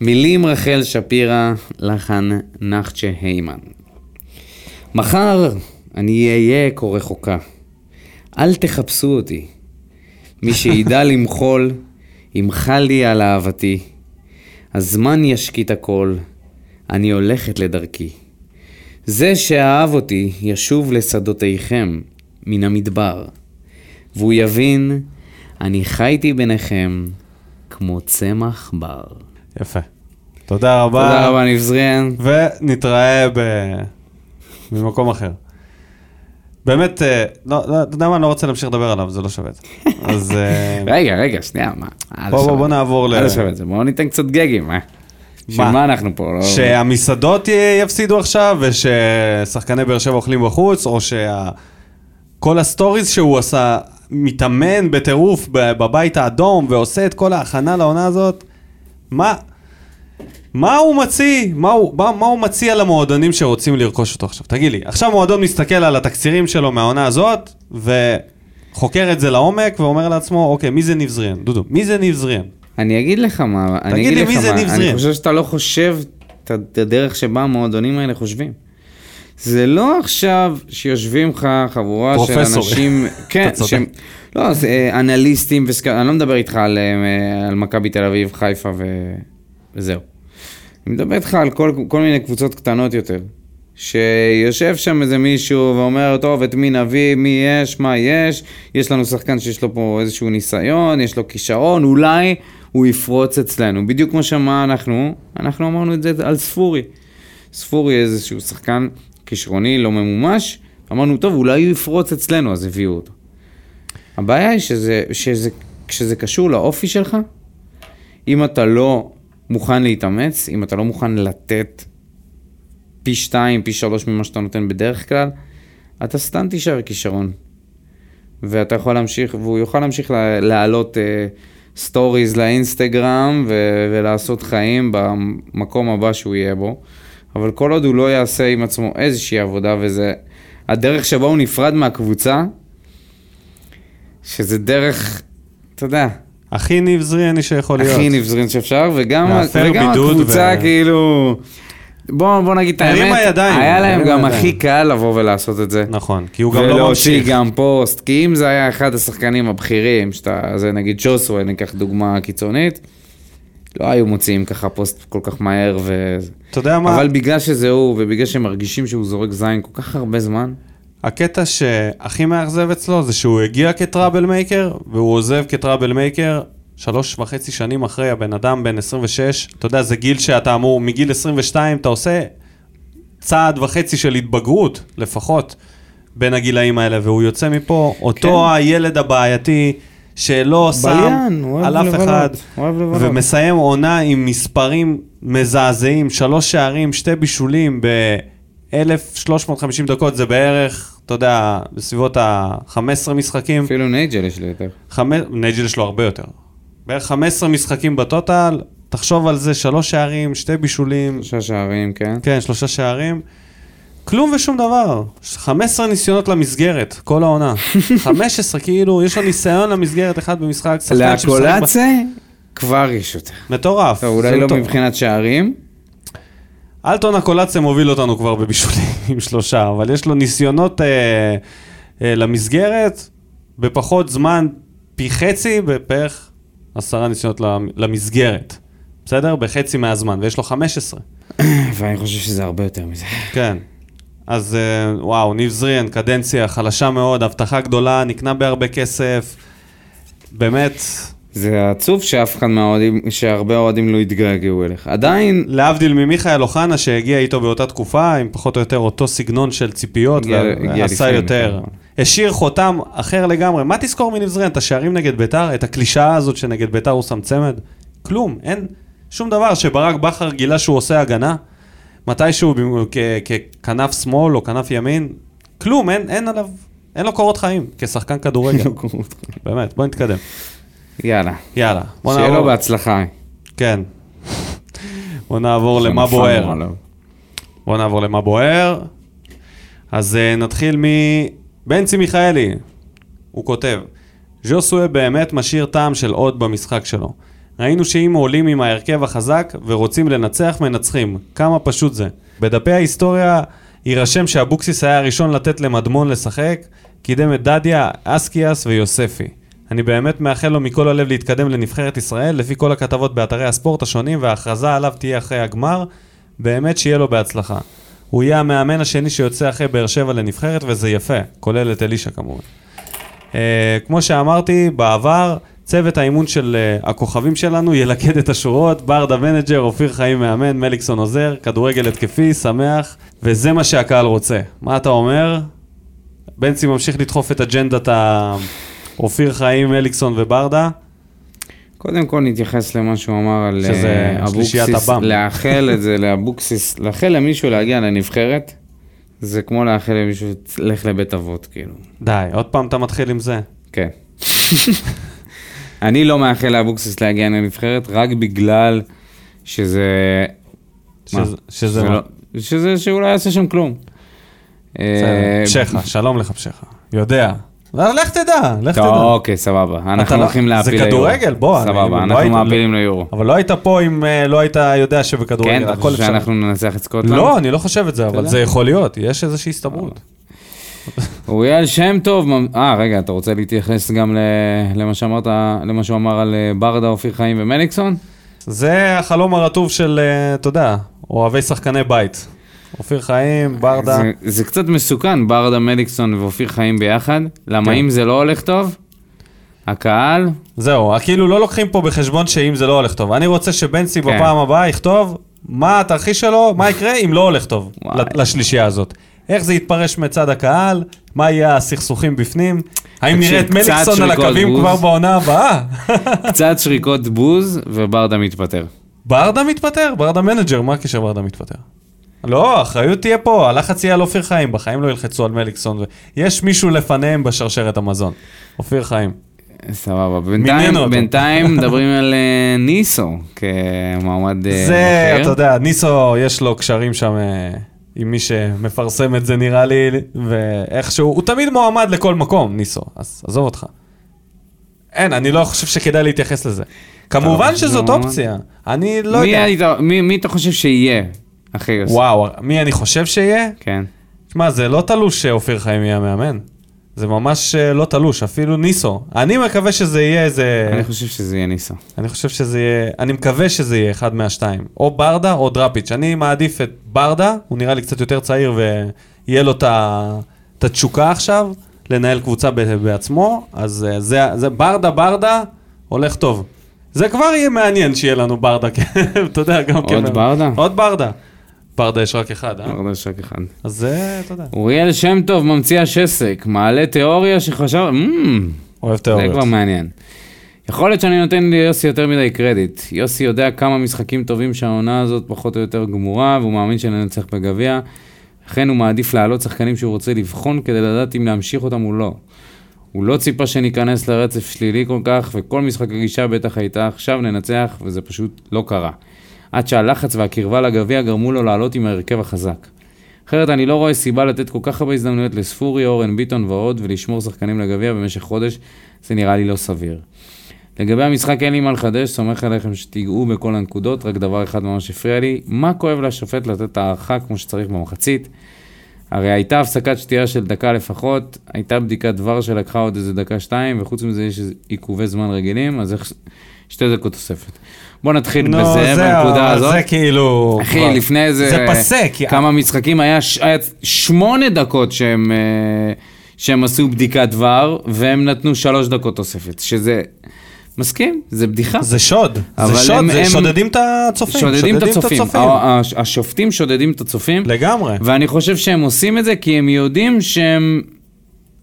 Speaker 2: מילים רחל שפירא, לחן נחצ'ה היימן. מחר אני אהיה כה רחוקה. אל תחפשו אותי. מי שידע [LAUGHS] למחול, ימחל לי על אהבתי. הזמן ישקיט הכל. אני הולכת לדרכי. זה שאהב אותי ישוב לשדותיכם מן המדבר, והוא יבין, אני חייתי ביניכם כמו צמח בר.
Speaker 1: יפה. תודה רבה.
Speaker 2: תודה רבה, נבזריאן.
Speaker 1: ונתראה ב... במקום אחר. באמת, אה, לא, לא, אתה יודע מה, אני לא רוצה להמשיך לדבר עליו, זה לא שווה את זה. אז
Speaker 2: [LAUGHS]
Speaker 1: אה,
Speaker 2: רגע, רגע, שנייה, מה? אל
Speaker 1: בוא-
Speaker 2: תשווה.
Speaker 1: בוא נעבור ל-
Speaker 2: אל תשווה את זה, בואו ניתן קצת גגים, אה? בשביל מה אנחנו פה? לא-
Speaker 1: שהמסעדות י- יפסידו עכשיו, וששחקני באר שבע אוכלים בחוץ, או שכל הסטוריז שהוא עשה, מתאמן בטירוף ב- בבית האדום, ועושה את כל ההכנה לעונה הזאת, מה... מה הוא מציא? מה הוא, מה, מה הוא מציע למועדונים שרוצים לרכוש אותו עכשיו? תגיד לי, עכשיו מועדון מסתכל על התקצירים שלו מהעונה הזאת, וחוקר את זה לעומק, ואומר לעצמו, אוקיי, מי זה ניב זריאן? דודו, מי זה ניב זריאן?
Speaker 2: אני אגיד לך מה, אני
Speaker 1: תגיד
Speaker 2: אגיד
Speaker 1: לי
Speaker 2: לך
Speaker 1: מי זה
Speaker 2: מה,
Speaker 1: ניב
Speaker 2: אני
Speaker 1: זריאן.
Speaker 2: חושב שאתה לא חושב את את הדרך שבה המועדונים האלה חושבים. זה לא עכשיו שיושבים לך חבורה של
Speaker 1: פרופסורים.
Speaker 2: אנשים,
Speaker 1: [LAUGHS]
Speaker 2: כן,
Speaker 1: אתה צודק.
Speaker 2: שהם, לא, זה אה, אנליסטים וסק... אני לא מדבר איתך על, אה, על מכבי תל אביב, חיפה ו... וזהו. אני מדבר איתך על כל, כל מיני קבוצות קטנות יותר. שיושב שם איזה מישהו ואומר, טוב, את מי נביא, מי יש, מה יש, יש לנו שחקן שיש לו פה איזשהו ניסיון, יש לו כישרון, אולי הוא יפרוץ אצלנו. בדיוק כמו שמה אנחנו, אנחנו אמרנו את זה על ספורי. ספורי איזשהו שחקן כישרוני, לא ממומש, אמרנו, טוב, אולי הוא יפרוץ אצלנו, אז הביאו אותו. הבעיה היא שזה, שזה, כשזה קשור לאופי שלך, אם אתה לא מוכן להתאמץ, אם אתה לא מוכן לתת פי שתיים, פי שלוש ממה שאתה נותן בדרך כלל, אתה סתם תישאר כישרון. ואתה יכול להמשיך, והוא יוכל להמשיך לה- להעלות אה, סטוריז לאינסטגרם ו- ולעשות חיים במקום הבא שהוא יהיה בו. אבל כל עוד הוא לא יעשה עם עצמו איזושהי עבודה, וזה הדרך שבה הוא נפרד מהקבוצה, שזה דרך, אתה יודע,
Speaker 1: הכי ניב זריאני שיכול להיות.
Speaker 2: הכי נבזרין שאפשר, וגם,
Speaker 1: להפר
Speaker 2: וגם
Speaker 1: בידוד
Speaker 2: הקבוצה
Speaker 1: ו-
Speaker 2: כאילו... בוא, בוא נגיד את האמת,
Speaker 1: הרימה ידיים,
Speaker 2: היה להם
Speaker 1: הרימה
Speaker 2: גם
Speaker 1: ידיים.
Speaker 2: הכי קל לבוא ולעשות את זה.
Speaker 1: נכון, כי הוא גם לא
Speaker 2: ולהוציא
Speaker 1: ממשיך.
Speaker 2: גם פוסט, כי אם זה היה אחד השחקנים הבכירים, שאתה, זה נגיד ג'וסווה, ניקח דוגמה קיצונית, לא היו מוציאים ככה פוסט כל כך מהר ו...
Speaker 1: אתה יודע מה?
Speaker 2: אבל בגלל שזה הוא, ובגלל שהם מרגישים שהוא זורק זין כל כך הרבה זמן,
Speaker 1: הקטע שהכי מאכזב אצלו זה שהוא הגיע כטראבל מייקר, והוא עוזב כטראבל מייקר שלוש וחצי שנים אחרי הבן אדם בן 26. אתה יודע, זה גיל שאתה אמור, מגיל 22 אתה עושה צעד וחצי של התבגרות, לפחות, בין הגילאים האלה, והוא יוצא מפה, אותו
Speaker 2: כן.
Speaker 1: הילד הבעייתי. שלא
Speaker 2: בליין,
Speaker 1: שם
Speaker 2: הוא אוהב
Speaker 1: על אף
Speaker 2: לבלות,
Speaker 1: אחד,
Speaker 2: הוא אוהב לבלות.
Speaker 1: ומסיים עונה עם מספרים מזעזעים, שלוש שערים, שתי בישולים ב-1350 דקות, זה בערך, אתה יודע, בסביבות ה-15 משחקים.
Speaker 2: אפילו נייג'ל יש לי יותר.
Speaker 1: חמש... נייג'ל יש לו הרבה יותר. בערך 15 משחקים בטוטל, תחשוב על זה, שלוש שערים, שתי בישולים,
Speaker 2: שלושה שערים, כן.
Speaker 1: כן, שלושה שערים. כלום ושום דבר. 15 ניסיונות למסגרת, כל
Speaker 2: [LAUGHS]
Speaker 1: העונה. 15, כאילו, יש לו ניסיון למסגרת אחד במשחק. שחקן שמשחק ב-
Speaker 2: להקולציה כבר יש יותר.
Speaker 1: מטורף.
Speaker 2: טוב,
Speaker 1: זה
Speaker 2: אולי לא
Speaker 1: מטורף.
Speaker 2: מבחינת שערים.
Speaker 1: אלטון הקולציה מוביל אותנו כבר בבישולים [LAUGHS] עם שלושה, אבל יש לו ניסיונות אה, אה, למסגרת בפחות זמן, פי חצי, בערך עשרה ניסיונות למ- למסגרת. בסדר? בחצי מהזמן, ויש לו 15.
Speaker 2: [CLEARS THROAT] ואני חושב שזה הרבה יותר מזה.
Speaker 1: כן. אז אה, וואו, ניב זריאן, קדנציה חלשה מאוד, הבטחה גדולה, נקנה בהרבה כסף. באמת,
Speaker 2: זה עצוב שאף אחד מהאוהדים, שהרבה אוהדים לא התגעגעו אליך. עדיין,
Speaker 1: להבדיל ממיכאל אוחנה שהגיע איתו באותה תקופה, עם פחות או יותר אותו סגנון של ציפיות,
Speaker 2: הגיע- הגיע
Speaker 1: ועשה
Speaker 2: לפני
Speaker 1: יותר.
Speaker 2: מיכאל.
Speaker 1: השאיר חותם אחר לגמרי. מה תזכור מניב זריאן? את השערים נגד ביתר? את הקלישאה הזאת שנגד ביתר הוא שם צמד? כלום, אין שום דבר שברק בכר גילה שהוא עושה הגנה. מתישהו במ- כ- ככנף שמאל או כנף ימין, כלום, אין, אין עליו, אין לו קורות חיים כשחקן כדורגל. באמת, בוא נתקדם.
Speaker 2: לא יאללה.
Speaker 1: יאללה, בוא
Speaker 2: שיהיה לו
Speaker 1: נעבור.
Speaker 2: בהצלחה.
Speaker 1: כן. בוא נעבור למה
Speaker 2: שנפלנו
Speaker 1: בוער.
Speaker 2: עליו.
Speaker 1: בואו נעבור למה בוער. אז אה, נתחיל מבנצי מיכאלי. הוא כותב, ז'וסואה באמת משאיר טעם של עוד במשחק שלו. ראינו שאם עולים עם ההרכב החזק ורוצים לנצח, מנצחים. כמה פשוט זה. בדפי ההיסטוריה יירשם שאבוקסיס היה הראשון לתת למדמון לשחק, קידם את דדיה, אסקיאס ויוספי. אני באמת מאחל לו מכל הלב להתקדם לנבחרת ישראל, לפי כל הכתבות באתרי הספורט השונים, וההכרזה עליו תהיה אחרי הגמר, באמת שיהיה לו בהצלחה. הוא יהיה המאמן השני שיוצא אחרי באר שבע לנבחרת, וזה יפה, כולל את אלישע כמובן. אה, כמו שאמרתי, בעבר צוות האימון של אה, הכוכבים שלנו ילכד את השורות, ברדה מנג'ר, אופיר חיים מאמן, מליקסון עוזר, כדורגל התקפי, שמח, וזה מה שהקהל רוצה. מה אתה אומר? בנצי ממשיך לדחוף את אג'נדת ה... אופיר חיים, מליקסון וברדה.
Speaker 2: קודם כל נתייחס למה שהוא אמר על
Speaker 1: שזה
Speaker 2: אה,
Speaker 1: שלישיית
Speaker 2: אבוקסיס,
Speaker 1: הבם.
Speaker 2: לאחל את זה לאבוקסיס, לאחל למישהו להגיע לנבחרת, זה כמו לאחל למישהו, לך לבית אבות, כאילו,
Speaker 1: די, עוד פעם אתה מתחיל עם זה.
Speaker 2: כן. [LAUGHS] אני לא מאחל לאבוקסיס להגיע לנבחרת, רק בגלל שזה... מה?
Speaker 1: שזה- שזה מה?
Speaker 2: לא- שזה, שהוא לא יעשה שם כלום. אה,
Speaker 1: בסדר. פשחה, שלום לך פשחה. יודע. לא, לך תדע, לך
Speaker 2: טוב,
Speaker 1: תדע.
Speaker 2: אוקיי, סבבה.
Speaker 1: אתה
Speaker 2: אנחנו
Speaker 1: לא-
Speaker 2: הולכים להפיל
Speaker 1: זה
Speaker 2: ליורו.
Speaker 1: כדורגל, בוא. אני- לא
Speaker 2: סבבה, אנחנו
Speaker 1: הייתי-
Speaker 2: מעפילים ליורו.
Speaker 1: אבל לא היית פה אם אה, לא היית יודע שבכדורגל
Speaker 2: כן, אתה
Speaker 1: הכל
Speaker 2: חושב
Speaker 1: אפשר.
Speaker 2: שאנחנו כן. ננצח את סקוטלנד?
Speaker 1: לא, אני לא חושב את זה, אבל
Speaker 2: יודע.
Speaker 1: זה יכול להיות, יש איזושהי הסתברות.
Speaker 2: אוריאל שם טוב, ממ- אה רגע, אתה רוצה להתייחס גם ל- למה שאמרת, למה שהוא אמר על אה, ברדה, אופיר חיים ומליקסון?
Speaker 1: זה החלום הרטוב של, אה, אתה יודע, אוהבי שחקני בית. אופיר חיים, ברדה.
Speaker 2: זה- זה קצת מסוכן, ברדה, מליקסון ואופיר חיים ביחד, למה
Speaker 1: כן.
Speaker 2: אם זה לא הולך טוב, הקהל,
Speaker 1: זהו, כאילו לא לוקחים פה בחשבון שאם זה לא הולך טוב. אני רוצה שבנצי
Speaker 2: כן.
Speaker 1: בפעם הבאה יכתוב מה התרחיש שלו, מה יקרה אם לא הולך טוב
Speaker 2: וואי.
Speaker 1: ל- לשלישייה הזאת. איך זה יתפרש מצד הקהל, מה יהיה הסכסוכים בפנים, האם
Speaker 2: תקשיב,
Speaker 1: נראה את
Speaker 2: קצת
Speaker 1: מליקסון על
Speaker 2: שריקות
Speaker 1: הקווים
Speaker 2: בוז.
Speaker 1: כבר בעונה הבאה? [LAUGHS]
Speaker 2: קצת שריקות בוז וברדה מתפטר.
Speaker 1: ברדה מתפטר? ברדה מנג'ר, מה הקשר ברדה מתפטר? לא, האחריות תהיה פה, הלחץ יהיה על אופיר חיים, בחיים לא ילחצו על מליקסון. ו- יש מישהו לפניהם בשרשרת המזון, אופיר חיים.
Speaker 2: סבבה, בינתיים,
Speaker 1: מינינו אותו. [LAUGHS]
Speaker 2: בינתיים מדברים על אה, ניסו כמועמד אה,
Speaker 1: זה,
Speaker 2: אחר.
Speaker 1: אתה יודע, ניסו יש לו קשרים שם אה, עם מי שמפרסם את זה נראה לי, ואיכשהו, הוא תמיד מועמד לכל מקום, ניסו, אז עזוב אותך. אין, אני לא חושב שכדאי להתייחס לזה. כמובן
Speaker 2: חושב שזה
Speaker 1: שזאת
Speaker 2: מועמד?
Speaker 1: אופציה, אני לא
Speaker 2: מי,
Speaker 1: יודע.
Speaker 2: היית, מי, מי אתה חושב שיהיה אחרי יוסי?
Speaker 1: וואו, מי אני חושב שיהיה?
Speaker 2: כן.
Speaker 1: שמע, זה לא תלוש שאופיר חיים יהיה המאמן. זה ממש אה, לא תלוש, אפילו ניסו. אני מקווה שזה יהיה איזה...
Speaker 2: אני חושב שזה יהיה ניסו.
Speaker 1: אני חושב שזה יהיה, אני מקווה שזה יהיה אחד מהשתיים, או ברדה או דראפיץ'. אני מעדיף את ברדה, הוא נראה לי קצת יותר צעיר ויהיה לו את ה- את התשוקה עכשיו לנהל קבוצה ב- בעצמו, אז אה, זה, זה ברדה ברדה הולך טוב. זה כבר יהיה מעניין שיהיה לנו ברדה, כן, [LAUGHS] אתה יודע, גם כן.
Speaker 2: עוד ברדה?
Speaker 1: עוד ברדה. ברדה יש רק אחד, אה?
Speaker 2: עוד יש רק אחד.
Speaker 1: אז זה, אתה יודע,
Speaker 2: אוריאל שם טוב ממציא השסק, מעלה תיאוריה שחשב... אמ,
Speaker 1: אוהב
Speaker 2: זה
Speaker 1: תיאוריות.
Speaker 2: כבר מעניין. יכול להיות שאני נותן ליוסי יותר מדי קרדיט. יוסי יודע כמה משחקים טובים שהעונה הזאת פחות או יותר גמורה, והוא מאמין שננצח בגביע. לכן הוא מעדיף להעלות שחקנים שהוא רוצה לבחון כדי לדעת אם להמשיך אותם או לא. הוא לא ציפה שניכנס לרצף שלילי כל כך, וכל משחק הגישה בטח הייתה עכשיו ננצח, וזה פשוט לא קרה. עד שהלחץ והקרבה לגביע גרמו לו לעלות עם ההרכב החזק. אחרת אני לא רואה סיבה לתת כל כך הרבה הזדמנויות לספורי, אורן ביטון ועוד, ולשמור שחקנים לגביע במשך חודש, זה נראה לי לא סביר. לגבי המשחק אין לי מה לחדש, סומך עליכם שתיגעו בכל הנקודות, רק דבר אחד ממש הפריע לי, מה כואב לשופט לתת הערכה כמו שצריך במחצית? הרי הייתה הפסקת שתייה של דקה לפחות, הייתה בדיקת דבר שלקחה עוד איזה דקה-שתיים, וחוץ מזה יש עיכובי זמן רגילים, אז איך... שתי דקות תוספת. בוא נתחיל
Speaker 1: נו,
Speaker 2: בזה,
Speaker 1: זה
Speaker 2: בנקודה
Speaker 1: ה-
Speaker 2: הזאת.
Speaker 1: זה כאילו... כבר-
Speaker 2: אחי, לפני איזה...
Speaker 1: זה פסה, כי...
Speaker 2: כמה משחקים, היה, ש... היה שמונה דקות שהם, אה, שהם עשו בדיקת דבר, והם נתנו שלוש דקות תוספת, שזה... מסכים, זה בדיחה.
Speaker 1: זה שוד, זה
Speaker 2: אבל
Speaker 1: שוד,
Speaker 2: הם-
Speaker 1: זה
Speaker 2: הם-
Speaker 1: שודדים את הצופים.
Speaker 2: שודדים את הצופים. אה, ה- ה- השופטים שודדים את הצופים,
Speaker 1: לגמרי.
Speaker 2: ואני חושב שהם עושים את זה כי הם יודעים שהם...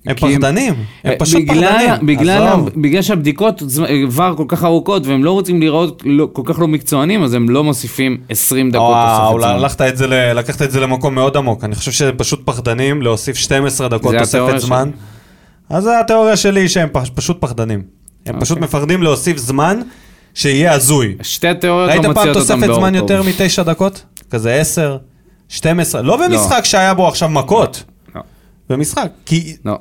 Speaker 1: הם
Speaker 2: כי הם- אה,
Speaker 1: פחדנים, הם פשוט
Speaker 2: בגלל-
Speaker 1: פחדנים.
Speaker 2: בגלל
Speaker 1: עזוב.
Speaker 2: ה- בגלל שהבדיקות ז- עבר כל כך ארוכות, והם לא רוצים להיראות לא- כל כך לא מקצוענים, אז הם לא מוסיפים 20 דקות
Speaker 1: וואו, לא-
Speaker 2: תוספת. זמן.
Speaker 1: לקחת את זה ל- לקחת את זה למקום מאוד עמוק. אני חושב שהם פשוט פחדנים להוסיף 12 דקות
Speaker 2: זה
Speaker 1: תוספת
Speaker 2: התיאוריה
Speaker 1: זמן. אז זה התיאוריה שלי שהם פש- פשוט פחדנים. הם
Speaker 2: אוקיי.
Speaker 1: פשוט מפחדים להוסיף זמן שיהיה הזוי.
Speaker 2: שתי תיאוריות
Speaker 1: ראית
Speaker 2: לא
Speaker 1: פעם
Speaker 2: מוציאות אותם
Speaker 1: תוספת
Speaker 2: באור
Speaker 1: זמן
Speaker 2: טוב.
Speaker 1: יותר מתשע דקות? כזה 10, 12, לא במשחק שהיה בו עכשיו מכות.
Speaker 2: לא,
Speaker 1: במשחק, כי
Speaker 2: לא.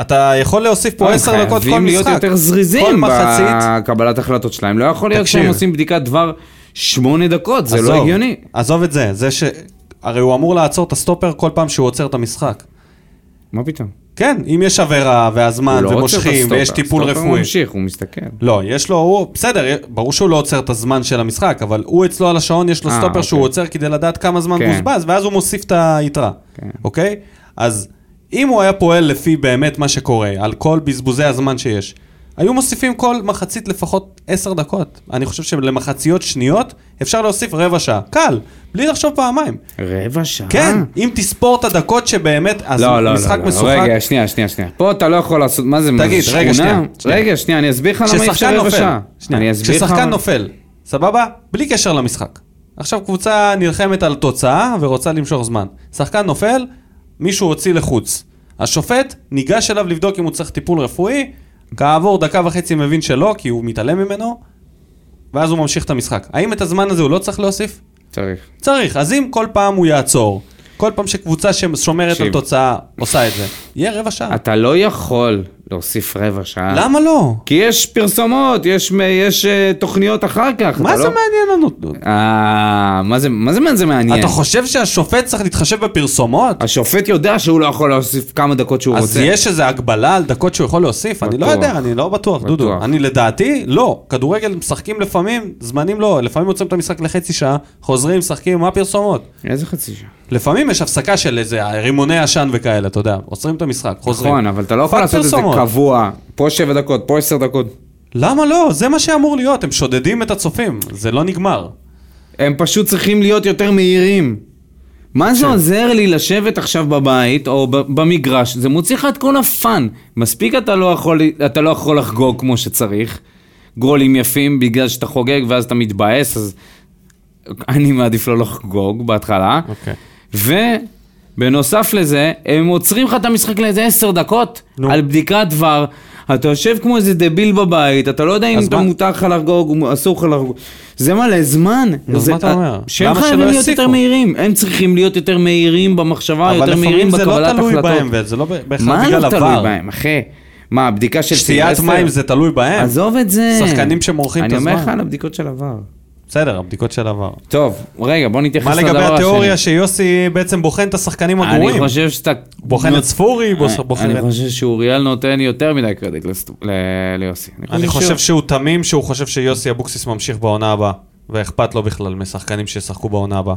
Speaker 1: אתה יכול להוסיף פה
Speaker 2: הם
Speaker 1: 10 דקות כל משחק.
Speaker 2: חייבים להיות יותר
Speaker 1: כל
Speaker 2: זריזים
Speaker 1: מחצית.
Speaker 2: בקבלת החלטות שלהם. לא יכול להיות
Speaker 1: תקשיב.
Speaker 2: שהם עושים בדיקת דבר שמונה דקות, זה לא
Speaker 1: עזוב,
Speaker 2: הגיוני.
Speaker 1: עזוב את זה, זה ש... הרי הוא אמור לעצור את הסטופר כל פעם שהוא עוצר את המשחק.
Speaker 2: מה פתאום?
Speaker 1: כן, אם יש עבירה, והזמן,
Speaker 2: הוא לא עוצר את
Speaker 1: אה, ומושכים,
Speaker 2: הסטופר,
Speaker 1: ויש טיפול
Speaker 2: הסטופר
Speaker 1: רפואי.
Speaker 2: ממשיך, הוא מסתכל.
Speaker 1: לא, יש לו, הוא, בסדר, ברור שהוא לא עוצר את הזמן של המשחק, אבל הוא אצלו על השעון, יש לו
Speaker 2: אה,
Speaker 1: סטופר
Speaker 2: אוקיי.
Speaker 1: שהוא עוצר כדי לדעת כמה זמן
Speaker 2: כן.
Speaker 1: בוזבז, ואז הוא מוסיף את היתרה,
Speaker 2: כן.
Speaker 1: אוקיי? אז אם הוא היה פועל לפי באמת מה שקורה, על כל בזבוזי הזמן שיש, היו מוסיפים כל מחצית לפחות עשר דקות. אני חושב שלמחציות שניות אפשר להוסיף רבע שעה. קל, בלי לחשוב פעמיים.
Speaker 2: רבע שעה?
Speaker 1: כן, אם תספור את הדקות שבאמת, אז
Speaker 2: אה. לא, לא,
Speaker 1: משחק
Speaker 2: לא, לא,
Speaker 1: משוחק...
Speaker 2: רגע, שנייה, שנייה, שנייה. פה אתה לא יכול לעשות, מה זה, מה זה,
Speaker 1: תגיד, רגע, שנייה, שנייה.
Speaker 2: רגע, שנייה, אני אסביר לך למה אי אפשר
Speaker 1: כששחקן
Speaker 2: רבע
Speaker 1: נופל,
Speaker 2: שעה.
Speaker 1: שנייה,
Speaker 2: אני אסביר לך...
Speaker 1: כששחקן
Speaker 2: מה-
Speaker 1: נופל, סבבה? בלי קשר למשחק. עכשיו קבוצה נלחמת על תוצאה ורוצה למשוך זמן. שחקן נופל, מישהו הוציא לחוץ. השופט ניגש אליו לבדוק אם הוא צריך טיפול רפואי, כעבור דקה וחצי מבין שלא, כי הוא מתעלם ממנו, ואז הוא ממשיך את המשחק. האם את הזמן הזה הוא לא צריך להוסיף?
Speaker 2: צריך.
Speaker 1: צריך. אז אם כל פעם הוא יעצור, כל פעם שקבוצה ששומרת
Speaker 2: תקשיב.
Speaker 1: על תוצאה עושה את זה, יהיה רבע שעה.
Speaker 2: אתה לא יכול להוסיף רבע שעה.
Speaker 1: למה לא?
Speaker 2: כי יש פרסומות, יש, יש אה, תוכניות אחר כך.
Speaker 1: מה
Speaker 2: אתה
Speaker 1: זה
Speaker 2: לא...
Speaker 1: מעניין לנו?
Speaker 2: אה, מה זה, מה זה, מה זה מעניין?
Speaker 1: אתה חושב שהשופט צריך להתחשב בפרסומות?
Speaker 2: השופט יודע שהוא לא יכול להוסיף כמה דקות שהוא
Speaker 1: אז
Speaker 2: רוצה.
Speaker 1: יש איזו הגבלה על דקות שהוא יכול להוסיף? אני לא
Speaker 2: בטוח.
Speaker 1: יודע, אני לא בטוח, דודו.
Speaker 2: בטוח.
Speaker 1: אני לדעתי, לא. כדורגל משחקים לפעמים, זמנים לא. לפעמים יוצאים את המשחק לחצי שעה, חוזרים, משחקים, מה הפרסומות?
Speaker 2: איזה חצי שעה?
Speaker 1: לפעמים יש הפסקה של איזה רימוני עשן וכאלה, אתה יודע. עוצרים את המשחק, חוזרים.
Speaker 2: נכון, אבל אתה לא יכול
Speaker 1: פאק
Speaker 2: לעשות את זה
Speaker 1: פרסומות.
Speaker 2: קבוע. פה שבע דקות, פה עשר דקות.
Speaker 1: למה לא? זה מה שאמור להיות, הם שודדים את הצופים. זה לא נגמר.
Speaker 2: הם פשוט צריכים להיות יותר מהירים. מה
Speaker 1: כן.
Speaker 2: זה עוזר לי לשבת עכשיו בבית או ב- במגרש? זה מוציא לך את כל הפאן. מספיק אתה לא יכול, אתה לא יכול לחגוג כמו שצריך. גולים יפים בגלל שאתה חוגג ואז אתה מתבאס, אז אני מעדיף לא לחגוג בהתחלה.
Speaker 1: אוקיי.
Speaker 2: ובנוסף לזה, הם עוצרים לך את המשחק לאיזה עשר דקות
Speaker 1: נו.
Speaker 2: על בדיקת דבר. אתה יושב כמו איזה דביל בבית, אתה לא יודע אם
Speaker 1: אז
Speaker 2: אתה
Speaker 1: מה?
Speaker 2: מותר לך לחגוג, אסור לך לחגוג. זה מלא זמן.
Speaker 1: אז
Speaker 2: זה-
Speaker 1: מה אתה אומר?
Speaker 2: שהם
Speaker 1: למה שלא
Speaker 2: חייבים להיות
Speaker 1: יוסיפו?
Speaker 2: יותר מהירים. הם צריכים להיות יותר מהירים במחשבה,
Speaker 1: אבל
Speaker 2: יותר מהירים
Speaker 1: לפעמים זה לא
Speaker 2: בקבלת החלטות.
Speaker 1: תלוי בהם, וזה לא בהכרח
Speaker 2: מה
Speaker 1: בגלל
Speaker 2: לא תלוי
Speaker 1: עבר.
Speaker 2: בהם, אחי? מה, הבדיקה של
Speaker 1: שתיית
Speaker 2: סילבסטר?
Speaker 1: מים זה תלוי בהם.
Speaker 2: עזוב את זה.
Speaker 1: שחקנים שמורחים את
Speaker 2: אני אומר
Speaker 1: הזמן.
Speaker 2: לך על הבדיקות של עבר.
Speaker 1: בסדר, הבדיקות של עבר.
Speaker 2: טוב, רגע, בוא נתייחס
Speaker 1: מה
Speaker 2: לדבר השני.
Speaker 1: לגבי התיאוריה שיוסי בעצם בוחן את השחקנים הגרועים?
Speaker 2: אני חושב שאתה...
Speaker 1: בוחן את ספורי, בוס- בוחן
Speaker 2: אני
Speaker 1: את-
Speaker 2: חושב שאוריאל נותן יותר מדי קרדיט לסט- ל- ליוסי.
Speaker 1: אני חושב שהוא תמים שהוא חושב שיוסי אבוקסיס ממשיך בעונה הבאה, ואכפת לו בכלל משחקנים שישחקו בעונה הבאה.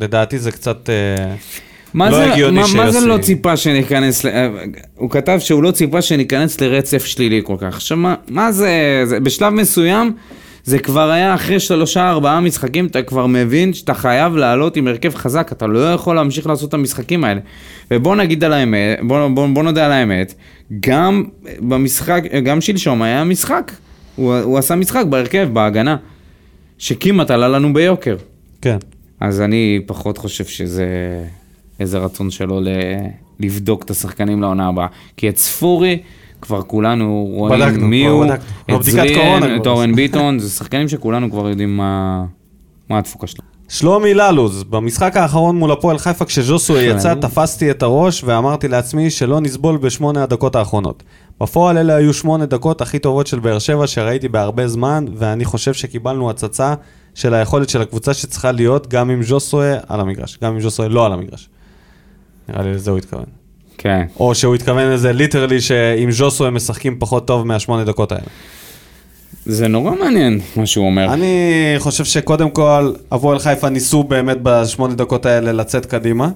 Speaker 1: לדעתי זה קצת... אה,
Speaker 2: מה
Speaker 1: לא
Speaker 2: זה-
Speaker 1: הגיוני
Speaker 2: מה- מה זה
Speaker 1: שיוסי-
Speaker 2: לא ציפה שניכנס, ל- אה, הוא כתב שהוא לא ציפה שניכנס לרצף שלילי כל כך. עכשיו, מה- מה זה, זה- בשלב מסוים, זה כבר היה אחרי שלושה ארבעה משחקים, אתה כבר מבין שאתה חייב לעלות עם הרכב חזק, אתה לא יכול להמשיך לעשות את המשחקים האלה. ובוא נגיד על האמת, בוא, בוא, בוא נודה על האמת, גם במשחק, גם שלשום היה משחק, הוא, הוא עשה משחק בהרכב, בהגנה, שכמעט עלה לנו ביוקר.
Speaker 1: כן.
Speaker 2: אז אני פחות חושב שזה איזה רצון שלו ל... לבדוק את השחקנים לעונה הבאה. כי את ספורי, כבר כולנו רואים
Speaker 1: בדקנו,
Speaker 2: מי
Speaker 1: כבר
Speaker 2: הוא,
Speaker 1: בדקנו. כבר
Speaker 2: את
Speaker 1: בדיקת קורונה
Speaker 2: זריאן, את
Speaker 1: כבר.
Speaker 2: אורן ביטון, זה שחקנים שכולנו כבר יודעים מה, מה התפוקה שלו.
Speaker 1: שלומי ללוז, במשחק האחרון מול הפועל חיפה כשז'וסו יצא,
Speaker 2: ללוז.
Speaker 1: תפסתי את הראש ואמרתי לעצמי שלא נסבול בשמונה הדקות האחרונות. בפועל אלה היו שמונה דקות הכי טובות של באר שבע שראיתי בהרבה זמן, ואני חושב שקיבלנו הצצה של היכולת של הקבוצה שצריכה להיות גם עם ז'וסואה על המגרש, גם אם ז'וסואה לא על המגרש. נראה לי לזה הוא התכוון.
Speaker 2: כן.
Speaker 1: או שהוא התכוון לזה ליטרלי שעם ז'וסואה משחקים פחות טוב מהשמונה דקות האלה.
Speaker 2: זה נורא מעניין מה שהוא אומר. אני...
Speaker 1: אני חושב שקודם כל, הפועל חיפה ניסו באמת בשמונה דקות האלה לצאת קדימה,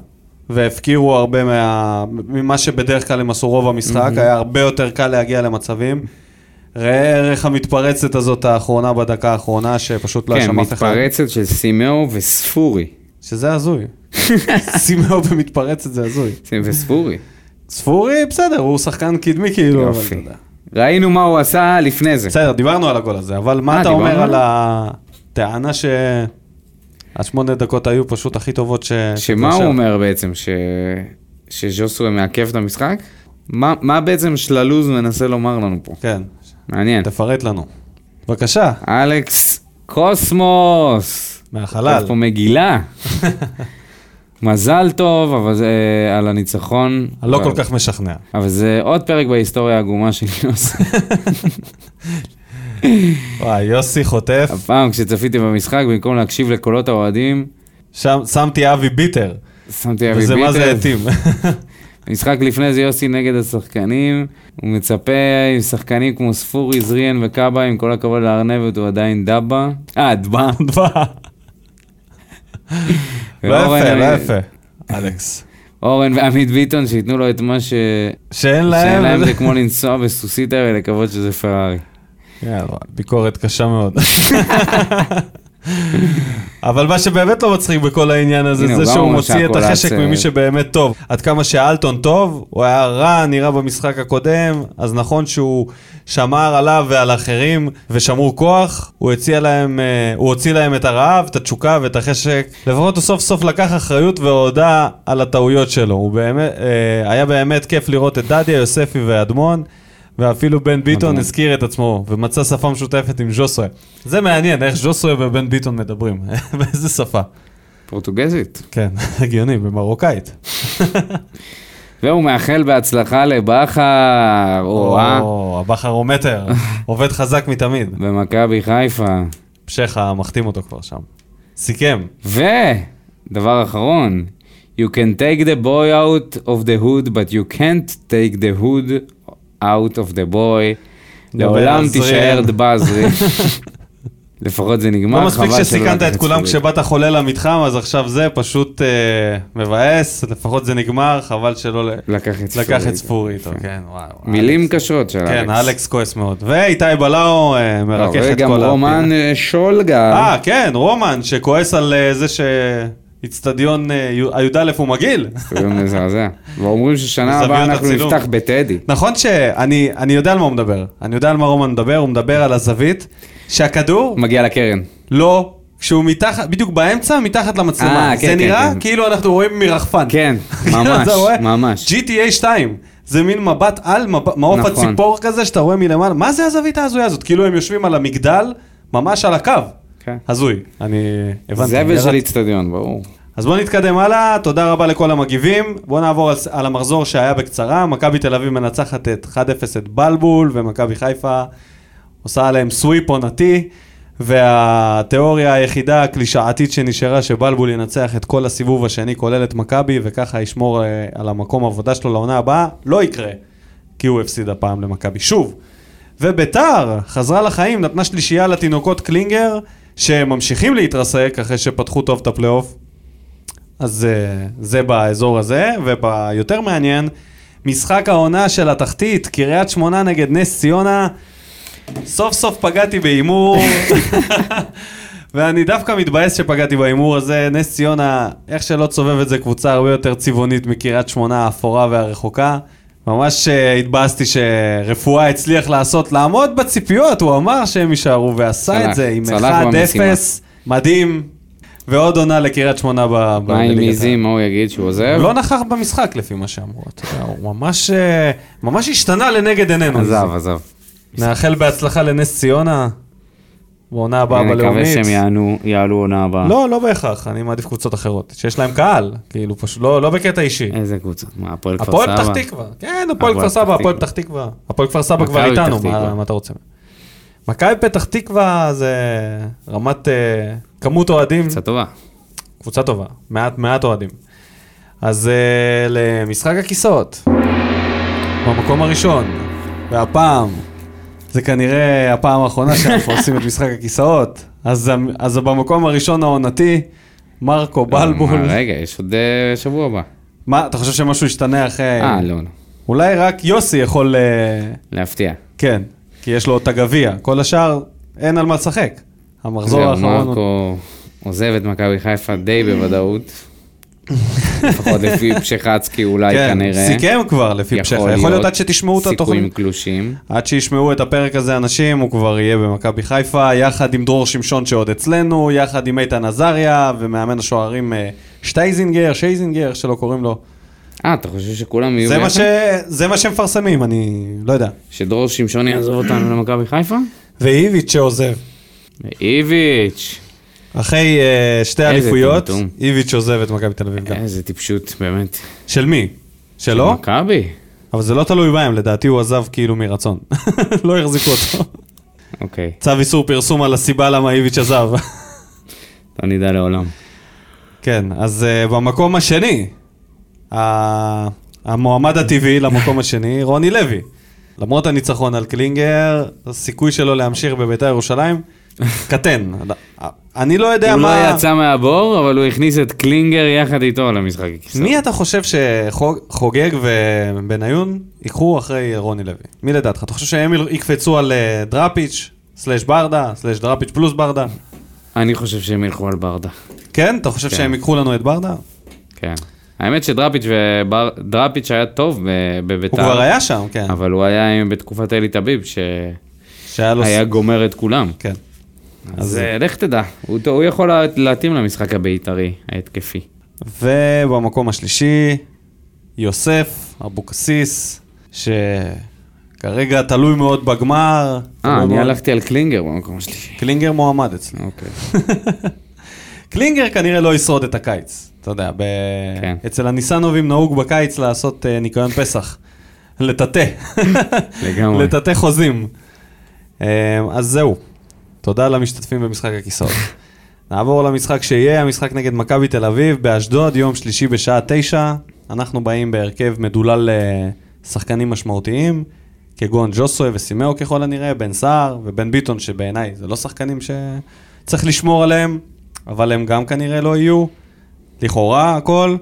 Speaker 1: והפקירו הרבה מה... ממה שבדרך כלל הם עשו רוב המשחק, היה הרבה יותר קל להגיע למצבים. ראה ערך המתפרצת הזאת האחרונה בדקה האחרונה, שפשוט לא היה
Speaker 2: כן,
Speaker 1: שם אף אחד.
Speaker 2: מתפרצת של סימאו וספורי.
Speaker 1: שזה
Speaker 2: [LAUGHS]
Speaker 1: הזוי. סימאו במתפרצת זה הזוי.
Speaker 2: סימאו וספורי,
Speaker 1: ספורי, בסדר, הוא שחקן קדמי כאילו, אבל אתה
Speaker 2: יופי.
Speaker 1: יודע.
Speaker 2: ראינו מה הוא עשה לפני זה.
Speaker 1: בסדר, דיברנו על הגול הזה, אבל מה
Speaker 2: אה,
Speaker 1: אתה
Speaker 2: דיברנו
Speaker 1: אומר על
Speaker 2: עליו?
Speaker 1: הטענה שהשמונה דקות היו פשוט הכי טובות ש...
Speaker 2: שמה
Speaker 1: עכשיו?
Speaker 2: הוא אומר בעצם? ש... שז'וסווה מעכב את המשחק? מה, מה בעצם שללוז מנסה לומר לנו פה?
Speaker 1: כן,
Speaker 2: מעניין.
Speaker 1: תפרט לנו. בבקשה,
Speaker 2: אלכס קוסמוס!
Speaker 1: מהחלל.
Speaker 2: יש פה מגילה.
Speaker 1: [LAUGHS]
Speaker 2: מזל טוב, אבל זה אה, על הניצחון.
Speaker 1: לא
Speaker 2: אבל-
Speaker 1: כל כך משכנע.
Speaker 2: אבל זה עוד פרק בהיסטוריה העגומה לא של
Speaker 1: [LAUGHS]
Speaker 2: יוסי.
Speaker 1: וואי, יוסי חוטף.
Speaker 2: הפעם כשצפיתי במשחק, במקום להקשיב לקולות האוהדים,
Speaker 1: שם- שמתי אבי ביטר,
Speaker 2: שמתי אבי
Speaker 1: [LAUGHS]
Speaker 2: ביטר.
Speaker 1: וזה מה זה התאים.
Speaker 2: משחק לפני זה יוסי נגד השחקנים, הוא מצפה עם שחקנים כמו ספורי, זריאן וקאבה, עם כל הכבוד לארנבת, הוא עדיין דבה. אה, דבה.
Speaker 1: דבר. לא יפה,
Speaker 2: ואורן,
Speaker 1: לא
Speaker 2: אה,
Speaker 1: יפה, אלכס.
Speaker 2: אורן ועמית ביטון, שייתנו לו את מה ש...
Speaker 1: שאין
Speaker 2: שאין
Speaker 1: להם... [LAUGHS]
Speaker 2: להם זה כמו לנסוע בסוסיתא ולקוות שזה פרארי.
Speaker 1: יאללה, ביקורת קשה מאוד. [LAUGHS] אבל מה שבאמת לא מצחיק בכל העניין הזה,
Speaker 2: הנה,
Speaker 1: זה
Speaker 2: הוא גם
Speaker 1: שהוא
Speaker 2: אומר
Speaker 1: מוציא את
Speaker 2: שהכל
Speaker 1: החשק
Speaker 2: אצל-
Speaker 1: ממי שבאמת טוב. עד כמה שאלטון טוב, הוא היה רע, נראה במשחק הקודם, אז נכון שהוא שמר עליו ועל אחרים ושמרו כוח, הוא הציע להם, אה, הוא הוציא להם את הרעב, את התשוקה ואת החשק. לפחות הוא סוף סוף לקח אחריות והודה על הטעויות שלו. הוא באמת, אה, היה באמת כיף לראות את דדיה, יוספי ואדמון. ואפילו בן ביטון
Speaker 2: אדמון.
Speaker 1: הזכיר את עצמו, ומצא שפה משותפת עם ז'וסווה. זה מעניין, איך ז'וסווה ובן ביטון מדברים, [LAUGHS] באיזה שפה.
Speaker 2: פורטוגזית.
Speaker 1: כן, [LAUGHS] הגיוני, במרוקאית.
Speaker 2: והוא מאחל בהצלחה לבכר, או אה,
Speaker 1: או,
Speaker 2: [LAUGHS]
Speaker 1: הבכרומטר, עובד חזק מתמיד.
Speaker 2: במכבי חיפה.
Speaker 1: שכה מחתים אותו כבר שם. סיכם.
Speaker 2: ודבר אחרון, you can take the boy out of the hood, but you can't take the hood out of the boy.
Speaker 1: דבר
Speaker 2: לעולם
Speaker 1: על [LAUGHS]
Speaker 2: תישאר
Speaker 1: זריאן.
Speaker 2: דבזרי. לפחות זה נגמר,
Speaker 1: לא מספיק
Speaker 2: חבל שלא
Speaker 1: שסיכנת
Speaker 2: לקחת
Speaker 1: את כולם
Speaker 2: צפויים.
Speaker 1: כשבאת חולה למתחם, אז עכשיו זה פשוט אה, מבאס, לפחות זה נגמר, חבל שלא ל-
Speaker 2: לקח את לא ספורי.
Speaker 1: לקח את ספורי איתו. כן, וואו.
Speaker 2: מילים
Speaker 1: אלכס.
Speaker 2: קשות של אלכס.
Speaker 1: כן, אלכס כועס מאוד. ואיתי בלאו אה,
Speaker 2: לא,
Speaker 1: מרכך את
Speaker 2: וגם
Speaker 1: כל
Speaker 2: רומן
Speaker 1: הפינה.
Speaker 2: אה, שולגה.
Speaker 1: אה, כן, רומן, שכועס על אה, זה שאיצטדיון הי"א הוא מגעיל.
Speaker 2: זה מזעזע. ואומרים ששנה
Speaker 1: מזוויות
Speaker 2: הבאה אנחנו
Speaker 1: הצילום.
Speaker 2: נפתח בטדי.
Speaker 1: נכון שאני אני יודע על מה הוא מדבר. אני יודע על מה רומן מדבר, הוא מדבר על הזווית שהכדור,
Speaker 2: מגיע לקרן.
Speaker 1: לא, כשהוא מתחת, בדיוק באמצע, מתחת למצלמה.
Speaker 2: אה, כן,
Speaker 1: זה
Speaker 2: כן,
Speaker 1: נראה
Speaker 2: כן.
Speaker 1: כאילו אנחנו רואים מרחפן. [LAUGHS] כאילו,
Speaker 2: כן, ממש,
Speaker 1: אתה רואה?
Speaker 2: ממש.
Speaker 1: GTA 2. זה מין מבט על, מבט- מעוף
Speaker 2: נכון.
Speaker 1: הציפור כזה שאתה רואה מלמעלה. מה זה הזווית ההזויה הזאת? כאילו הם יושבים על המגדל, ממש על הקו.
Speaker 2: כן.
Speaker 1: הזוי. אני הבנתי.
Speaker 2: זבל של
Speaker 1: ירדתי.
Speaker 2: איצטדיון, ברור.
Speaker 1: אז בואו נתקדם הלאה, תודה רבה לכל המגיבים. בואו נעבור על, על המחזור שהיה בקצרה. מכבי תל אביב מנצחת את 1-0 את בלבול, ומכבי חיפה עושה עליהם סוויפ עונתי. והתיאוריה היחידה הקלישאתית שנשארה שבלבול ינצח את כל הסיבוב השני כולל את מכבי וככה ישמור אה, על המקום העבודה שלו לעונה הבאה לא יקרה כי הוא הפסיד הפעם למכבי שוב. וביתר חזרה לחיים, נתנה שלישייה לתינוקות קלינגר שממשיכים להתרסק אחרי שפתחו טוב את הפלייאוף אז אה, זה באזור הזה, וביותר מעניין, משחק העונה של התחתית, קריית שמונה נגד נס ציונה, סוף סוף פגעתי בהימור, [LAUGHS] ואני דווקא מתבאס שפגעתי בהימור הזה, נס ציונה, איך שלא תסובב את זה, קבוצה הרבה יותר צבעונית מקריית שמונה האפורה והרחוקה. ממש אה, התבאסתי שרפואה הצליח לעשות, לעמוד בציפיות, הוא אמר שהם יישארו, ועשה את
Speaker 2: צלח,
Speaker 1: זה עם
Speaker 2: צלח
Speaker 1: 1-0,
Speaker 2: במשימה.
Speaker 1: מדהים, ועוד עונה לקריית שמונה ב...
Speaker 2: מה עם
Speaker 1: בליגת
Speaker 2: איזי, מה הוא יגיד שהוא עוזב?
Speaker 1: הוא לא נכח במשחק לפי מה שאמרו, אתה יודע, הוא ממש, אה, ממש השתנה לנגד עינינו.
Speaker 2: עזב, עזב.
Speaker 1: נאחל בהצלחה לנס ציונה, בעונה הבאה
Speaker 2: אני
Speaker 1: בלאומית.
Speaker 2: מקווה שהם יענו- יעלו עונה הבאה.
Speaker 1: לא, לא בהכרח, אני מעדיף קבוצות אחרות, שיש להם קהל, כאילו פשוט, לא, לא בקטע אישי.
Speaker 2: איזה קבוצה? מה, הפועל כפר סבא?
Speaker 1: הפועל פתח תקווה, כן, הפועל כפר סבא, הפועל פתח תקווה. הפועל כפר סבא כבר
Speaker 2: מכבי פתח
Speaker 1: איתנו, מה
Speaker 2: תקווה.
Speaker 1: מה אתה רוצה? מכבי פתח תקווה זה רמת אה, כמות אוהדים.
Speaker 2: קבוצה טובה.
Speaker 1: קבוצה טובה, מעט, מעט אוהדים. אז uh, למשחק הכיסאות, במקום הראשון, והפעם, זה כנראה הפעם האחרונה שאנחנו עושים את משחק הכיסאות, אז, המ- אז במקום הראשון העונתי, מרקו בלבול.
Speaker 2: אה, מה, רגע, יש עוד אה, שבוע הבא.
Speaker 1: מה, אתה חושב שמשהו ישתנה אחרי...
Speaker 2: אה, לא, לא.
Speaker 1: אולי רק יוסי יכול... אה,
Speaker 2: להפתיע.
Speaker 1: כן, כי יש לו את הגביע. כל השאר, אין על מה לשחק. המחזור
Speaker 2: זהו,
Speaker 1: האחרון... הוא-
Speaker 2: מרקו עוזב את מכבי חיפה די בוודאות. לפחות
Speaker 1: [LAUGHS]
Speaker 2: לפי פשחצקי אולי
Speaker 1: כן,
Speaker 2: כנראה.
Speaker 1: סיכם כבר לפי פשחה. יכול להיות עד שתשמעו את התוכנית.
Speaker 2: סיכויים קלושים.
Speaker 1: עד שישמעו את הפרק הזה אנשים, הוא כבר יהיה במכבי חיפה, יחד עם דרור שמשון שעוד אצלנו, יחד עם איתן עזריה ומאמן השוערים אה, שטייזינגר, שייזינגר, איך שלא קוראים לו.
Speaker 2: אה, אתה חושב שכולם יהיו
Speaker 1: זה מה,
Speaker 2: ביחד?
Speaker 1: ש... זה מה שמפרסמים, אני לא יודע.
Speaker 2: שדרור שמשון יעזוב אותנו למכבי חיפה?
Speaker 1: ואיביץ' שעוזב.
Speaker 2: איביץ'.
Speaker 1: אחרי uh, שתי
Speaker 2: איזה
Speaker 1: אליפויות,
Speaker 2: טמטום.
Speaker 1: איביץ' עוזב את מכבי תל אביב גם.
Speaker 2: איזה טיפשות, באמת.
Speaker 1: של מי? שלו?
Speaker 2: מכבי.
Speaker 1: אבל זה לא תלוי בהם, לדעתי הוא עזב כאילו מרצון. [LAUGHS] לא החזיקו
Speaker 2: [LAUGHS]
Speaker 1: אותו.
Speaker 2: אוקיי.
Speaker 1: צו איסור פרסום על הסיבה למה איביץ' עזב.
Speaker 2: לא נדע לעולם.
Speaker 1: כן, אז uh, במקום השני, אה, ה- המועמד הטבעי למקום השני, רוני לוי. למרות הניצחון על קלינגר, הסיכוי שלו להמשיך בביתר ירושלים, קטן. אני לא יודע
Speaker 2: הוא
Speaker 1: מה...
Speaker 2: לא יצא מהבור, אבל הוא הכניס את קלינגר יחד איתו למשחק.
Speaker 1: מי אתה חושב שחוגג ובניון ייקחו אחרי רוני לוי? מי לדעתך? אתה חושב שהם יקפצו על אה, דראפיץ', סלש ברדה, סלש דראפיץ' פלוס ברדה?
Speaker 2: אני חושב שהם ילכו על ברדה.
Speaker 1: כן? אתה חושב
Speaker 2: כן.
Speaker 1: שהם ייקחו לנו את ברדה?
Speaker 2: כן. האמת שדראפיץ' ובר... דראפיץ' היה טוב ב- בביתר.
Speaker 1: הוא כבר היה שם, כן.
Speaker 2: אבל הוא היה בתקופת אלי טביב, שהיה
Speaker 1: שהיה לו... לא ס-
Speaker 2: גומר את כולם.
Speaker 1: כן.
Speaker 2: אז אה, לך תדע, הוא, הוא יכול לה- להתאים למשחק הבית"רי ההתקפי.
Speaker 1: ובמקום השלישי, יוסף אבוקסיס, שכרגע תלוי מאוד בגמר.
Speaker 2: אה,
Speaker 1: תלוי
Speaker 2: אני
Speaker 1: מאוד-
Speaker 2: הלכתי על קלינגר במקום השלישי.
Speaker 1: קלינגר מועמד אצלי. [LAUGHS]
Speaker 2: אוקיי.
Speaker 1: קלינגר כנראה לא ישרוד את הקיץ, אתה יודע, ב...
Speaker 2: כן.
Speaker 1: אצל הניסנובים נהוג בקיץ לעשות אה, ניקיון פסח, לטאטא,
Speaker 2: לגמרי.
Speaker 1: לטאטא חוזים. אה, אז זהו, תודה למשתתפים במשחק הכיסאות. נעבור למשחק שיהיה, המשחק נגד מכבי תל אביב באשדוד, יום שלישי בשעה תשע. אנחנו באים בהרכב מדולל לשחקנים משמעותיים, כגון ג'וסוי וסימאו ככל הנראה, בן סער ובן ביטון, שבעיניי זה לא שחקנים שצריך לשמור עליהם, אבל הם גם כנראה לא יהיו, לכאורה הכל.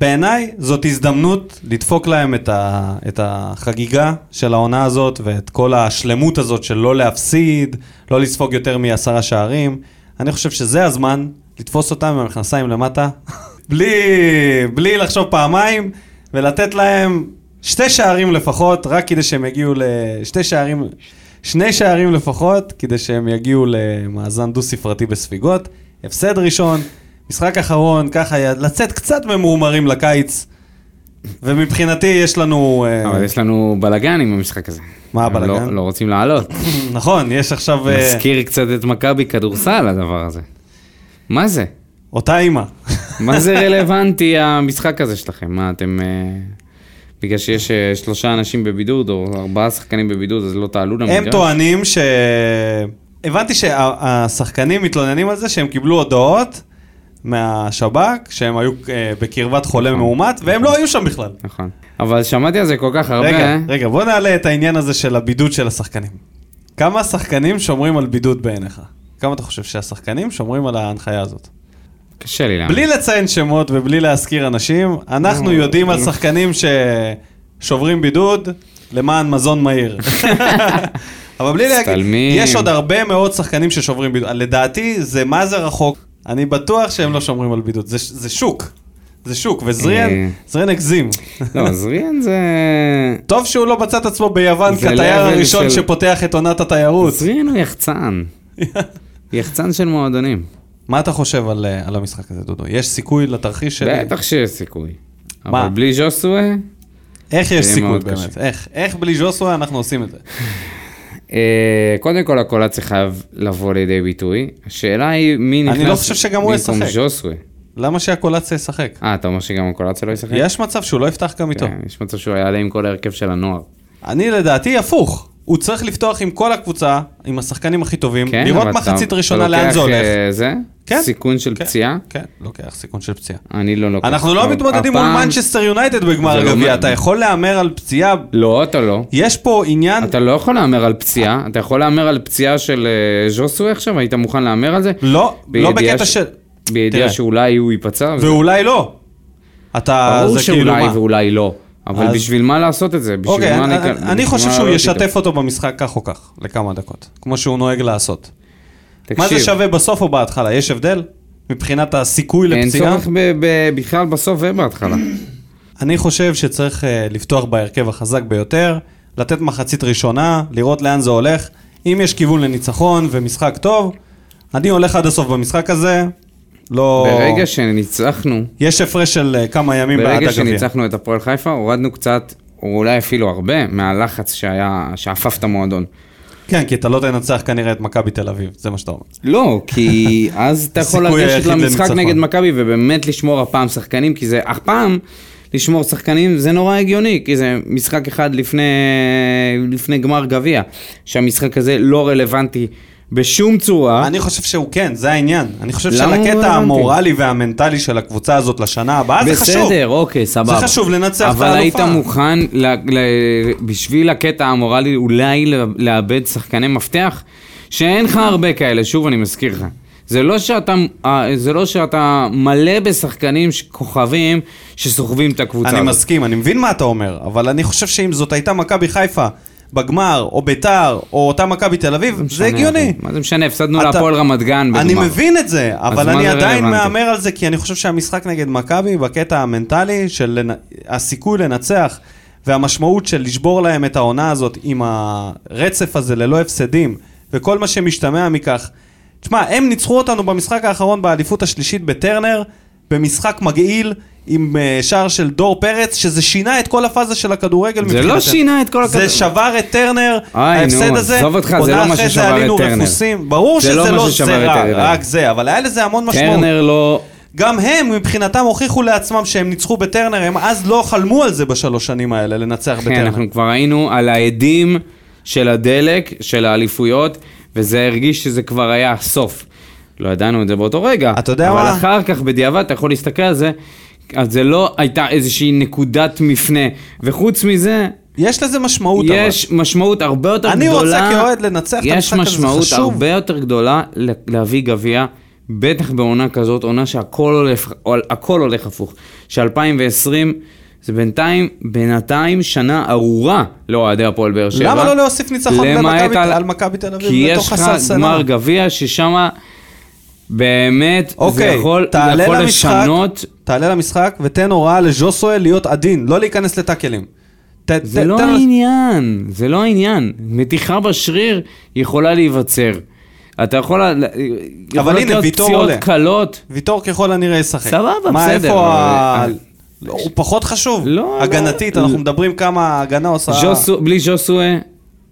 Speaker 1: בעיניי זאת הזדמנות לדפוק להם את, ה, את החגיגה של העונה הזאת ואת כל השלמות הזאת של לא להפסיד, לא לספוג יותר מעשרה שערים. אני חושב שזה הזמן לתפוס אותם עם המכנסיים למטה, [LAUGHS] בלי, בלי לחשוב פעמיים, ולתת להם שתי שערים לפחות, רק כדי שהם יגיעו לשתי שערים, שני שערים לפחות, כדי שהם יגיעו למאזן דו-ספרתי בספיגות. הפסד ראשון, משחק אחרון, ככה י- לצאת קצת ממורמרים לקיץ. ומבחינתי יש לנו... אה,
Speaker 2: אבל יש לנו בלאגן עם המשחק הזה.
Speaker 1: מה
Speaker 2: הם לא-
Speaker 1: הבלגן?
Speaker 2: לא רוצים לעלות.
Speaker 1: נכון, יש עכשיו
Speaker 2: [LAUGHS]
Speaker 1: אה,
Speaker 2: מזכיר קצת את מכבי כדורסל הדבר הזה. מה זה?
Speaker 1: אותה
Speaker 2: [LAUGHS]
Speaker 1: אימא. [LAUGHS]
Speaker 2: מה זה רלוונטי המשחק הזה שלכם? מה אתם... אה, בגלל שיש אה, שלושה אנשים בבידוד או ארבעה שחקנים בבידוד אז לא תעלו למגרש?
Speaker 1: הם טוענים ש... הבנתי שהשחקנים מתלוננים על זה שהם קיבלו הודעות מהשב"כ, שהם היו אה, בקרבת חולה מאומת, והם לא היו שם בכלל.
Speaker 2: נכון. אבל שמעתי על זה כל כך הרבה. אה?
Speaker 1: רגע, רגע, בוא נעלה את העניין הזה של הבידוד של השחקנים. כמה שחקנים שומרים על בידוד בעיניך? כמה אתה חושב שהשחקנים שומרים על ההנחיה הזאת?
Speaker 2: קשה לי להאמין.
Speaker 1: בלי לציין שמות ובלי להזכיר אנשים, אנחנו יודעים על שחקנים ששוברים בידוד למען מזון
Speaker 2: [LAUGHS]
Speaker 1: מהיר. אבל בלי להגיד,
Speaker 2: מצטלמים.
Speaker 1: יש עוד הרבה מאוד שחקנים ששוברים בידוד. לדעתי, זה מה זה רחוק. אני בטוח שהם לא שומרים על בידוד. זה- זה שוק. זה שוק, וזריאן
Speaker 2: אה.
Speaker 1: זריאן הגזים.
Speaker 2: לא, זריאן זה...
Speaker 1: [LAUGHS] טוב שהוא לא מצא את עצמו ביוון
Speaker 2: זה
Speaker 1: כתייר
Speaker 2: level
Speaker 1: הראשון
Speaker 2: של-
Speaker 1: שפותח את עונת התיירות. [LAUGHS]
Speaker 2: זריאן הוא יחצן. יחצן של מועדונים.
Speaker 1: מה אתה חושב על אה, על המשחק הזה, דודו? יש סיכוי לתרחיש של...
Speaker 2: בטח שיש סיכוי.
Speaker 1: מה?
Speaker 2: אבל בלי ז'וסווה...
Speaker 1: איך יש
Speaker 2: יהיה
Speaker 1: סיכוי
Speaker 2: אה, מאוד
Speaker 1: באמת?
Speaker 2: קשה.
Speaker 1: איך? איך בלי ז'וסווה אנחנו עושים את זה?
Speaker 2: אה, קודם כל הקולציה חייב לבוא לידי ביטוי. השאלה היא מי
Speaker 1: אני
Speaker 2: נכנס...
Speaker 1: לא חושב שגם הוא
Speaker 2: במקום
Speaker 1: ישחק.
Speaker 2: ז'וסווה.
Speaker 1: למה שהקולציה ישחק?
Speaker 2: אה, אתה אומר שגם הקולציה לא ישחק?
Speaker 1: יש מצב שהוא לא יפתח גם איתו.
Speaker 2: כן, יש מצב שהוא יעלה עם כל ההרכב של הנוער.
Speaker 1: אני לדעתי הפוך. הוא צריך לפתוח עם כל הקבוצה, עם השחקנים הכי טובים,
Speaker 2: כן,
Speaker 1: לראות
Speaker 2: אבל אתה-
Speaker 1: מחצית
Speaker 2: אתה
Speaker 1: ראשונה
Speaker 2: לוקח,
Speaker 1: לאן זה הולך.
Speaker 2: אה, זה?
Speaker 1: כן.
Speaker 2: סיכון של
Speaker 1: כן,
Speaker 2: פציעה?
Speaker 1: כן, לוקח סיכון של פציעה.
Speaker 2: אני לא לוקח.
Speaker 1: אנחנו לא
Speaker 2: אבל
Speaker 1: מתמודדים מול
Speaker 2: הפעם-
Speaker 1: מנצ'סטר יונייטד בגמר
Speaker 2: זה לא
Speaker 1: הגביע,
Speaker 2: מ-
Speaker 1: אתה יכול להמר על פציעה.
Speaker 2: לא, אתה לא.
Speaker 1: יש פה עניין,
Speaker 2: אתה לא יכול להמר על פציעה, אתה יכול להמר על פציעה של אה, ז'וסוי עכשיו? היית מוכן להמר על זה?
Speaker 1: לא, לא
Speaker 2: בידיעה
Speaker 1: בקטע
Speaker 2: ש-
Speaker 1: של... תראה.
Speaker 2: בידיעה שאולי הוא ייפצע? זה
Speaker 1: ואולי לא. אתה,
Speaker 2: ברור
Speaker 1: זה כאילו
Speaker 2: שאולי
Speaker 1: מה?
Speaker 2: ואולי לא. אבל
Speaker 1: אז-
Speaker 2: בשביל מה לעשות את זה? בשביל
Speaker 1: אוקיי,
Speaker 2: מה
Speaker 1: אני,
Speaker 2: להיכ-
Speaker 1: אני,
Speaker 2: בשביל
Speaker 1: אני חושב
Speaker 2: מה לא
Speaker 1: שהוא
Speaker 2: לעלות איתו?
Speaker 1: ישתף אותו במשחק כך או כך, לכמה דקות, כמו שהוא נוהג לעשות. מה זה
Speaker 2: תקשיב,
Speaker 1: שווה בסוף או בהתחלה? יש הבדל? מבחינת הסיכוי
Speaker 2: אין
Speaker 1: לפציעה?
Speaker 2: צורך ב- ב- בכלל בסוף ובהתחלה.
Speaker 1: אני חושב שצריך אה, לפתוח בהרכב החזק ביותר, לתת מחצית ראשונה, לראות לאן זה הולך. אם יש כיוון לניצחון ומשחק טוב, אני הולך עד הסוף במשחק הזה. לא...
Speaker 2: ברגע שניצחנו,
Speaker 1: יש הפרש של אה, כמה ימים בעד
Speaker 2: ברגע
Speaker 1: הגביע.
Speaker 2: שניצחנו את הפועל חיפה, הורדנו קצת, או אולי אפילו הרבה, מהלחץ שהיה, שאפף את המועדון.
Speaker 1: כן, כי אתה לא תנצח כנראה את מכבי תל אביב, זה מה שאתה אומר.
Speaker 2: לא, כי אז אתה יכול
Speaker 1: הסיכוי
Speaker 2: לגשת
Speaker 1: היחיד
Speaker 2: למשחק
Speaker 1: לניצחון.
Speaker 2: נגד מכבי ובאמת לשמור הפעם שחקנים, כי זה הפעם לשמור שחקנים זה נורא הגיוני, כי זה משחק אחד לפני, לפני גמר גביע, שהמשחק הזה לא רלוונטי בשום צורה.
Speaker 1: אני חושב שהוא כן, זה העניין. אני חושב
Speaker 2: למה הוא לא כן?
Speaker 1: שלקטע
Speaker 2: רלוונטי?
Speaker 1: המורלי והמנטלי של הקבוצה הזאת לשנה הבאה אה, זה חשוב.
Speaker 4: בסדר, אוקיי, סבבה.
Speaker 1: זה חשוב לנצח את
Speaker 2: אבל היית
Speaker 1: האלופה.
Speaker 2: מוכן ל, ל, בשביל הקטע המורלי אולי ל- לאבד שחקני מפתח? שאין לך הרבה כאלה, שוב אני מזכיר לך. זה לא שאתה, אה, זה לא שאתה מלא בשחקנים ש- כוכבים שסוחבים את הקבוצה.
Speaker 1: אני
Speaker 2: הזאת.
Speaker 1: מסכים, אני מבין מה אתה אומר, אבל אני חושב שאם זאת הייתה מכבי חיפה בגמר, או ביתר, או אותה מכבי תל אביב, זה
Speaker 2: לא משנה,
Speaker 1: הגיוני.
Speaker 2: אחי. מה זה משנה? הפסדנו
Speaker 1: אתה-
Speaker 2: להפועל רמת גן בגמר.
Speaker 1: אני מבין את זה, אבל
Speaker 2: מה
Speaker 1: אני
Speaker 2: זה
Speaker 1: עדיין
Speaker 2: רלוונטי?
Speaker 1: מהמר על זה, כי אני חושב שהמשחק נגד מכבי, בקטע המנטלי של לנ- הסיכוי לנצח, והמשמעות של לשבור להם את העונה הזאת עם הרצף הזה ללא הפסדים, וכל מה שמשתמע מכך. תשמע, הם ניצחו אותנו במשחק האחרון באליפות השלישית בטרנר, במשחק מגעיל. עם אה, שער של דור פרץ, שזה שינה את כל הפאזה של הכדורגל
Speaker 2: זה לא שינה את כל הכדורגל.
Speaker 1: זה שבר את טרנר,
Speaker 2: איי,
Speaker 1: ההפסד
Speaker 2: נו,
Speaker 1: הזה,
Speaker 2: עזוב אותך, זה
Speaker 1: עונה
Speaker 2: לא מה
Speaker 1: אחרי זה
Speaker 2: ששבר את
Speaker 1: עלינו
Speaker 2: טרנר.
Speaker 1: רפוסים. ברור
Speaker 2: זה
Speaker 1: שזה
Speaker 2: לא מה
Speaker 1: לא
Speaker 2: ששבר
Speaker 1: זה
Speaker 2: את
Speaker 1: רע,
Speaker 2: טרנר.
Speaker 1: רק זה, אבל היה לזה המון משמעות.
Speaker 2: טרנר לא...
Speaker 1: גם הם מבחינתם הוכיחו לעצמם שהם ניצחו בטרנר, הם אז לא חלמו על זה בשלוש שנים האלה, לנצח
Speaker 2: כן,
Speaker 1: בטרנר.
Speaker 2: אנחנו כבר היינו על העדים של הדלק, של האליפויות, וזה הרגיש שזה כבר היה הסוף. לא ידענו את זה באותו רגע.
Speaker 1: אתה יודע
Speaker 2: אבל
Speaker 1: מה?
Speaker 2: אבל אחר כך, בדיעבד, אתה יכול להסתכל על זה, אז זה לא הייתה איזושהי נקודת מפנה. וחוץ מזה,
Speaker 1: יש לזה משמעות
Speaker 2: יש משמעות הרבה יותר
Speaker 1: אני
Speaker 2: גדולה.
Speaker 1: רוצה כאוהד לנצח את
Speaker 2: יש
Speaker 1: המשחק הזה, זה
Speaker 2: משמעות
Speaker 1: חשוב.
Speaker 2: הרבה יותר גדולה ל- להביא גביע, בטח בעונה כזאת, עונה שהכל הולך, הכל הולך הפוך. ש-2020 זה בינתיים, בינתיים שנה ארורה לאוהדי הפועל באר שבע.
Speaker 1: למה לא להוסיף ניצחון
Speaker 2: למעט
Speaker 1: במכבי- על מכבי תל אביב
Speaker 2: כי
Speaker 1: בתוך
Speaker 2: יש לך
Speaker 1: הסל סלע?
Speaker 2: גמר גביע ששם באמת זה
Speaker 1: אוקיי,
Speaker 2: יכול, זה
Speaker 1: תעלה
Speaker 2: יכול
Speaker 1: למשחק,
Speaker 2: לשנות.
Speaker 1: תעלה למשחק ותן הוראה לז'וסואל להיות עדין, לא להיכנס לטאקלים. ת-
Speaker 2: זה
Speaker 1: ת-
Speaker 2: לא
Speaker 1: תן לו-
Speaker 2: העניין, זה לא העניין. מתיחה בשריר יכולה להיווצר. אתה יכול... יכולות
Speaker 1: הנה,
Speaker 2: להיות
Speaker 1: ויטור
Speaker 2: פציעות
Speaker 1: עולה.
Speaker 2: קלות.
Speaker 1: ויטור ככל הנראה ישחק.
Speaker 2: סבבה,
Speaker 1: מה,
Speaker 2: בסדר,
Speaker 1: איפה ה...
Speaker 2: אבל-
Speaker 1: לא, הוא פחות חשוב.
Speaker 2: לא,
Speaker 1: הגנתית,
Speaker 2: לא.
Speaker 1: אנחנו מדברים כמה ההגנה עושה...
Speaker 2: ז'וסו, בלי ז'וסואה,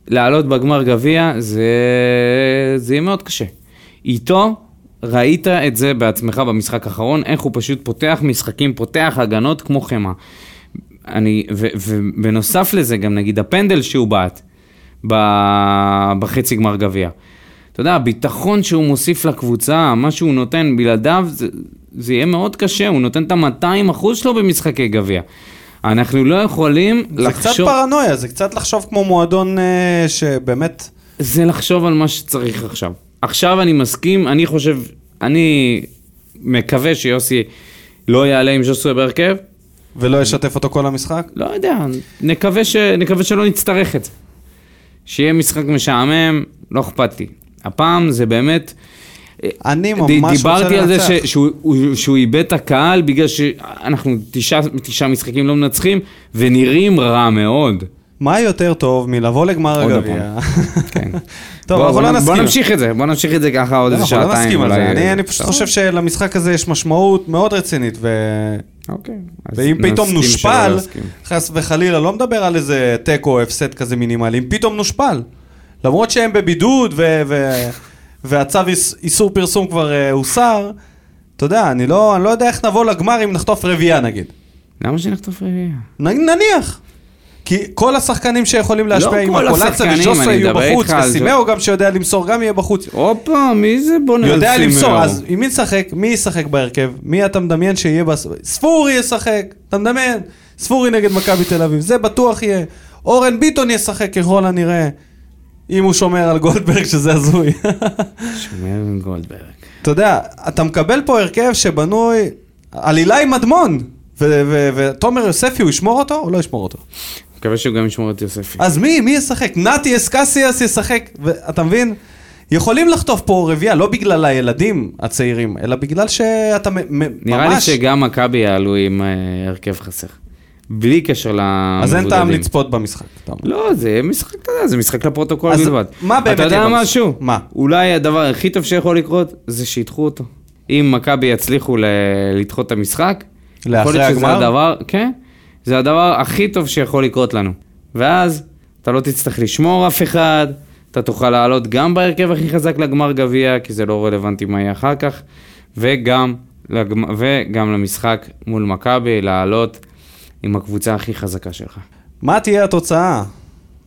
Speaker 2: לעלות בגמר גביע, זה... זה יהיה מאוד קשה. איתו, ראית את זה בעצמך במשחק האחרון, איך הוא פשוט פותח משחקים, פותח הגנות כמו חמאה. אני, ו- ובנוסף לזה, גם נגיד הפנדל שהוא בעט ב- בחצי גמר גביע. אתה יודע, הביטחון שהוא מוסיף לקבוצה, מה שהוא נותן בלעדיו, זה, זה יהיה מאוד קשה, הוא נותן את ה-200% שלו במשחקי גביע. אנחנו לא יכולים
Speaker 1: זה
Speaker 2: לחשוב...
Speaker 1: קצת פרנויה, זה קצת לחשוב כמו מועדון אה, שבאמת...
Speaker 2: זה לחשוב על מה שצריך עכשיו. עכשיו אני מסכים, אני חושב, אני מקווה שיוסי לא יעלה עם ז'וסווה בהרכב.
Speaker 1: ולא ישתף אותו כל המשחק?
Speaker 2: לא יודע, נקווה, ש... נקווה שלא נצטרך את זה. שיהיה משחק משעמם, לא אכפת לי. הפעם זה באמת...
Speaker 1: אני
Speaker 2: ד-
Speaker 1: ממש רוצה לנצח.
Speaker 2: דיברתי על זה ש... שהוא... הוא- שהוא איבד את הקהל בגלל שאנחנו תשעה, תשעה משחקים לא מנצחים ונראים רע מאוד.
Speaker 1: מה יותר טוב מלבוא לגמר
Speaker 2: עוד
Speaker 1: הגביע? [LAUGHS]
Speaker 2: כן.
Speaker 1: טוב, אנחנו
Speaker 2: בוא- בוא
Speaker 1: לא
Speaker 2: נ-
Speaker 1: נסכים.
Speaker 2: בוא נמשיך את זה, בוא נמשיך את זה ככה עוד איזה
Speaker 1: אנחנו
Speaker 2: שעתיים.
Speaker 1: לא נסכים על
Speaker 2: אולי- אה,
Speaker 1: זה. אני- אני פשוט חושב שלמשחק הזה יש משמעות מאוד רצינית, ו-
Speaker 2: אוקיי. אז
Speaker 1: ואם פתאום
Speaker 2: נסכים שלא
Speaker 1: נושפל,
Speaker 2: להסכים.
Speaker 1: חס וחלילה, לא מדבר על איזה תיקו או הפסד כזה מינימלי, אם פתאום נושפל. למרות שהם בבידוד ו- ו- [LAUGHS] והצו איס- איסור פרסום כבר אה, הוסר, אתה יודע, אני לא אני לא יודע איך נבוא לגמר אם נחטוף רביעייה נגיד.
Speaker 2: למה שנחטוף רביעייה?
Speaker 1: נ- נניח. כי כל השחקנים שיכולים
Speaker 2: לא
Speaker 1: להשפיע עם
Speaker 2: כל
Speaker 1: הקולציה
Speaker 2: השחקנים,
Speaker 1: וג'וסה
Speaker 2: אני
Speaker 1: יהיו
Speaker 2: מדבר
Speaker 1: בחוץ,
Speaker 2: איתך על זה.
Speaker 1: וסימאו גם שיודע למסור גם יהיה בחוץ.
Speaker 2: הופה, מי זה בונה
Speaker 1: לא יודע למסור, אז עם מי נשחק? מי ישחק בהרכב? מי אתה מדמיין שיהיה בס... ספורי ישחק, אתה מדמיין? ספורי נגד מכבי תל אביב, זה בטוח יהיה. אורן ביטון ישחק ככל הנראה, אם הוא שומר על גולדברג שזה הזוי. [LAUGHS]
Speaker 2: שמעון גולדברג.
Speaker 1: אתה יודע, אתה מקבל פה הרכב שבנוי... עלילה עם מדמון! ו- ו- ותומר יוספי, הוא ישמור אותו או לא ישמור אותו?
Speaker 2: מקווה שהוא גם ישמור את יוספי.
Speaker 1: אז מי? מי ישחק? נתי אסקסיאס ישחק, אתה מבין? יכולים לחטוף פה רביעייה, לא בגלל הילדים הצעירים, אלא בגלל שאתה מ- מ- ממש...
Speaker 2: נראה לי שגם מכבי יעלו עם אה, הרכב חסר. בלי קשר למבודדים.
Speaker 1: אז אין טעם לצפות במשחק. אתה אומר.
Speaker 2: לא, זה משחק, אתה יודע, זה משחק לפרוטוקול
Speaker 1: אז
Speaker 2: בלבד.
Speaker 1: מה באמת
Speaker 2: אתה יודע
Speaker 1: יהיה במשחק?
Speaker 2: משהו?
Speaker 1: מה?
Speaker 2: אולי הדבר הכי טוב שיכול לקרות זה שידחו אותו. אם מכבי יצליחו ל- לדחות את המשחק,
Speaker 1: לאחרי
Speaker 2: יכול להיות שזה
Speaker 1: הגמר?
Speaker 2: הדבר, כן, זה הדבר הכי טוב שיכול לקרות לנו. ואז אתה לא תצטרך לשמור אף אחד, אתה תוכל לעלות גם בהרכב הכי חזק לגמר גביע, כי זה לא רלוונטי מה יהיה אחר כך, וגם, לגמ... וגם למשחק מול מכבי, לעלות עם הקבוצה הכי חזקה שלך.
Speaker 1: מה תהיה התוצאה?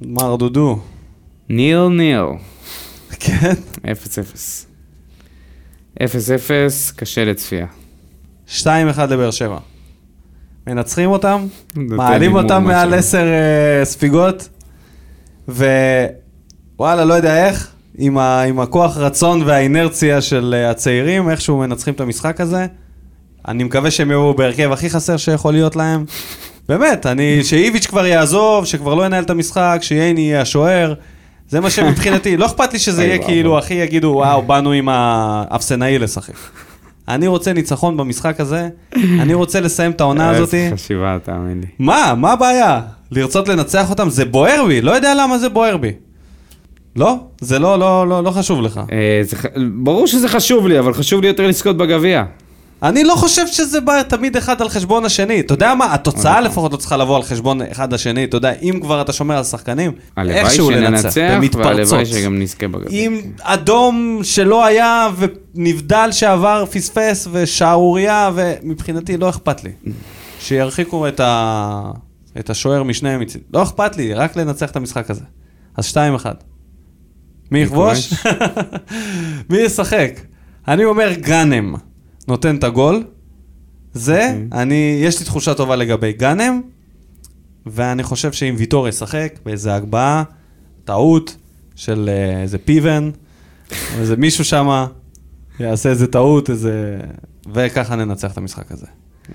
Speaker 1: מר דודו.
Speaker 2: ניל ניל.
Speaker 1: [LAUGHS] כן.
Speaker 2: 0-0. 0-0, קשה לצפייה.
Speaker 1: 2-1 לבאר שבע. מנצחים אותם,
Speaker 2: נותן
Speaker 1: מעלים
Speaker 2: הימור
Speaker 1: אותם מעל
Speaker 2: משהו.
Speaker 1: 10 אה, ספיגות, ווואלה, לא יודע איך, עם, ה... עם הכוח רצון והאינרציה של אה, הצעירים, איכשהו מנצחים את המשחק הזה. אני מקווה שהם יבואו בהרכב הכי חסר שיכול להיות להם. באמת, אני, שאיביץ' כבר יעזוב, שכבר לא ינהל את המשחק, שייני יהיה השוער. זה מה שמבחינתי, לא אכפת לי שזה
Speaker 2: אוי
Speaker 1: יהיה
Speaker 2: ואבוי.
Speaker 1: כאילו, הכי יגידו, וואו, באנו עם האפסנאי לשחק. אני רוצה ניצחון במשחק הזה, אני רוצה לסיים את העונה הזאת.
Speaker 2: איזה חשיבה, תאמין לי.
Speaker 1: מה, מה הבעיה? לרצות לנצח אותם? זה בוער בי, לא יודע למה זה בוער בי. לא, זה לא, לא, לא, לא חשוב לך.
Speaker 2: אה, זה ח- ברור שזה חשוב לי, אבל חשוב לי יותר לזכות בגביע.
Speaker 1: אני לא חושב שזה בא תמיד אחד על חשבון השני. אתה יודע מה, התוצאה
Speaker 2: אוקיי.
Speaker 1: לפחות לא צריכה לבוא על חשבון אחד השני. אתה יודע, אם כבר אתה שומר על שחקנים,
Speaker 2: הלוואי
Speaker 1: איכשהו לנצח,
Speaker 2: שננצח,
Speaker 1: במתפרצות.
Speaker 2: והלוואי שגם נזכה בגביע.
Speaker 1: עם אדום שלא היה, ונבדל שעבר פספס, ושערורייה, ומבחינתי לא אכפת לי.
Speaker 2: [LAUGHS]
Speaker 1: שירחיקו את, ה... את השוער משניהם מצד. לא אכפת לי, רק לנצח את המשחק הזה. אז 2-1. מי יכבוש? [LAUGHS] מי ישחק? אני אומר גאנם נותן את הגול. זה, אני, יש לי תחושה טובה לגבי גאנם, ואני חושב שאם ויטור ישחק באיזה הגבהה, טעות של אה, איזה פיבן, או איזה מישהו שם יעשה איזה טעות, איזה... וככה ננצח את המשחק הזה.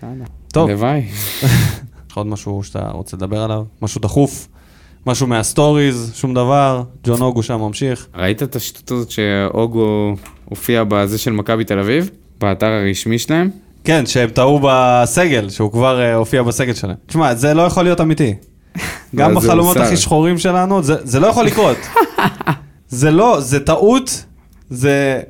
Speaker 2: יאללה.
Speaker 1: טוב.
Speaker 2: הלוואי.
Speaker 1: יש לך [LAUGHS] עוד משהו שאתה רוצה לדבר עליו? משהו דחוף? משהו מהסטוריז? שום דבר? ג'ון אוגו שם ממשיך?
Speaker 2: ראית את השטות הזאת שאוגו הופיע בזה של מכבי תל אביב? באתר הרשמי שלהם?
Speaker 1: כן, שהם טעו בסגל, שהוא כבר אה, הופיע בסגל שלהם. תשמע, זה לא יכול להיות
Speaker 2: [LAUGHS]
Speaker 1: אמיתי. גם
Speaker 2: לא, זה
Speaker 1: בחלומות
Speaker 2: מוסר.
Speaker 1: הכי שחורים שלנו, זה, זה לא יכול
Speaker 2: [LAUGHS]
Speaker 1: לקרות. זה לא, זה טעות, זה...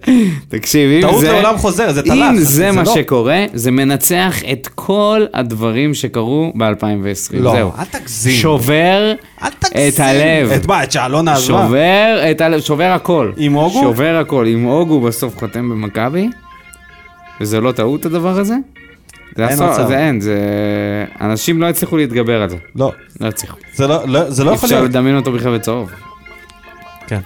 Speaker 2: תקשיב, אם זה...
Speaker 1: טעות לעולם חוזר, זה
Speaker 2: אם
Speaker 1: טלף,
Speaker 2: זה
Speaker 1: זה
Speaker 2: מה
Speaker 1: לא.
Speaker 2: שקורה, זה מנצח את כל הדברים שקרו ב-2020.
Speaker 1: לא,
Speaker 2: זהו.
Speaker 1: אל תגזים.
Speaker 2: שובר
Speaker 1: אל תגזים.
Speaker 2: את הלב.
Speaker 1: את מה, את שאלונה עזבה?
Speaker 2: שובר את הלב, שובר הכל.
Speaker 1: עם אוגו?
Speaker 2: שובר הכל. עם אוגו בסוף חותם במכבי, וזה לא טעות הדבר הזה? זה
Speaker 1: אין
Speaker 2: אסון,
Speaker 1: מצב.
Speaker 2: זה אין, זה... אנשים לא יצליחו להתגבר על זה.
Speaker 1: לא,
Speaker 2: לא יצליחו.
Speaker 1: זה לא, לא, זה לא
Speaker 2: אי
Speaker 1: יכול
Speaker 2: אפשר
Speaker 1: להיות.
Speaker 2: לדמיין אותו בכלל בצהוב.
Speaker 1: כן.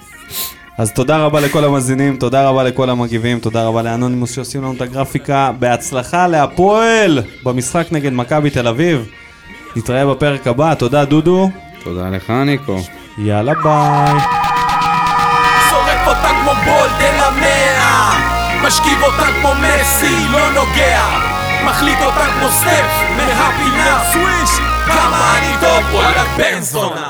Speaker 1: אז תודה רבה לכל המאזינים, תודה רבה לכל המגיבים, תודה רבה לאנונימוס שעושים לנו את הגרפיקה. בהצלחה להפועל במשחק נגד מכבי תל אביב. נתראה בפרק הבא, תודה דודו.
Speaker 2: תודה לך, ניקו.
Speaker 1: יאללה ביי.
Speaker 4: זורק אותה כמו בולד אל המאה משכיב אותה כמו מסי, לא נוגע מחליט אותה כמו סטף מהפינה סוויש כמה אני טוב, וואלה בן זונה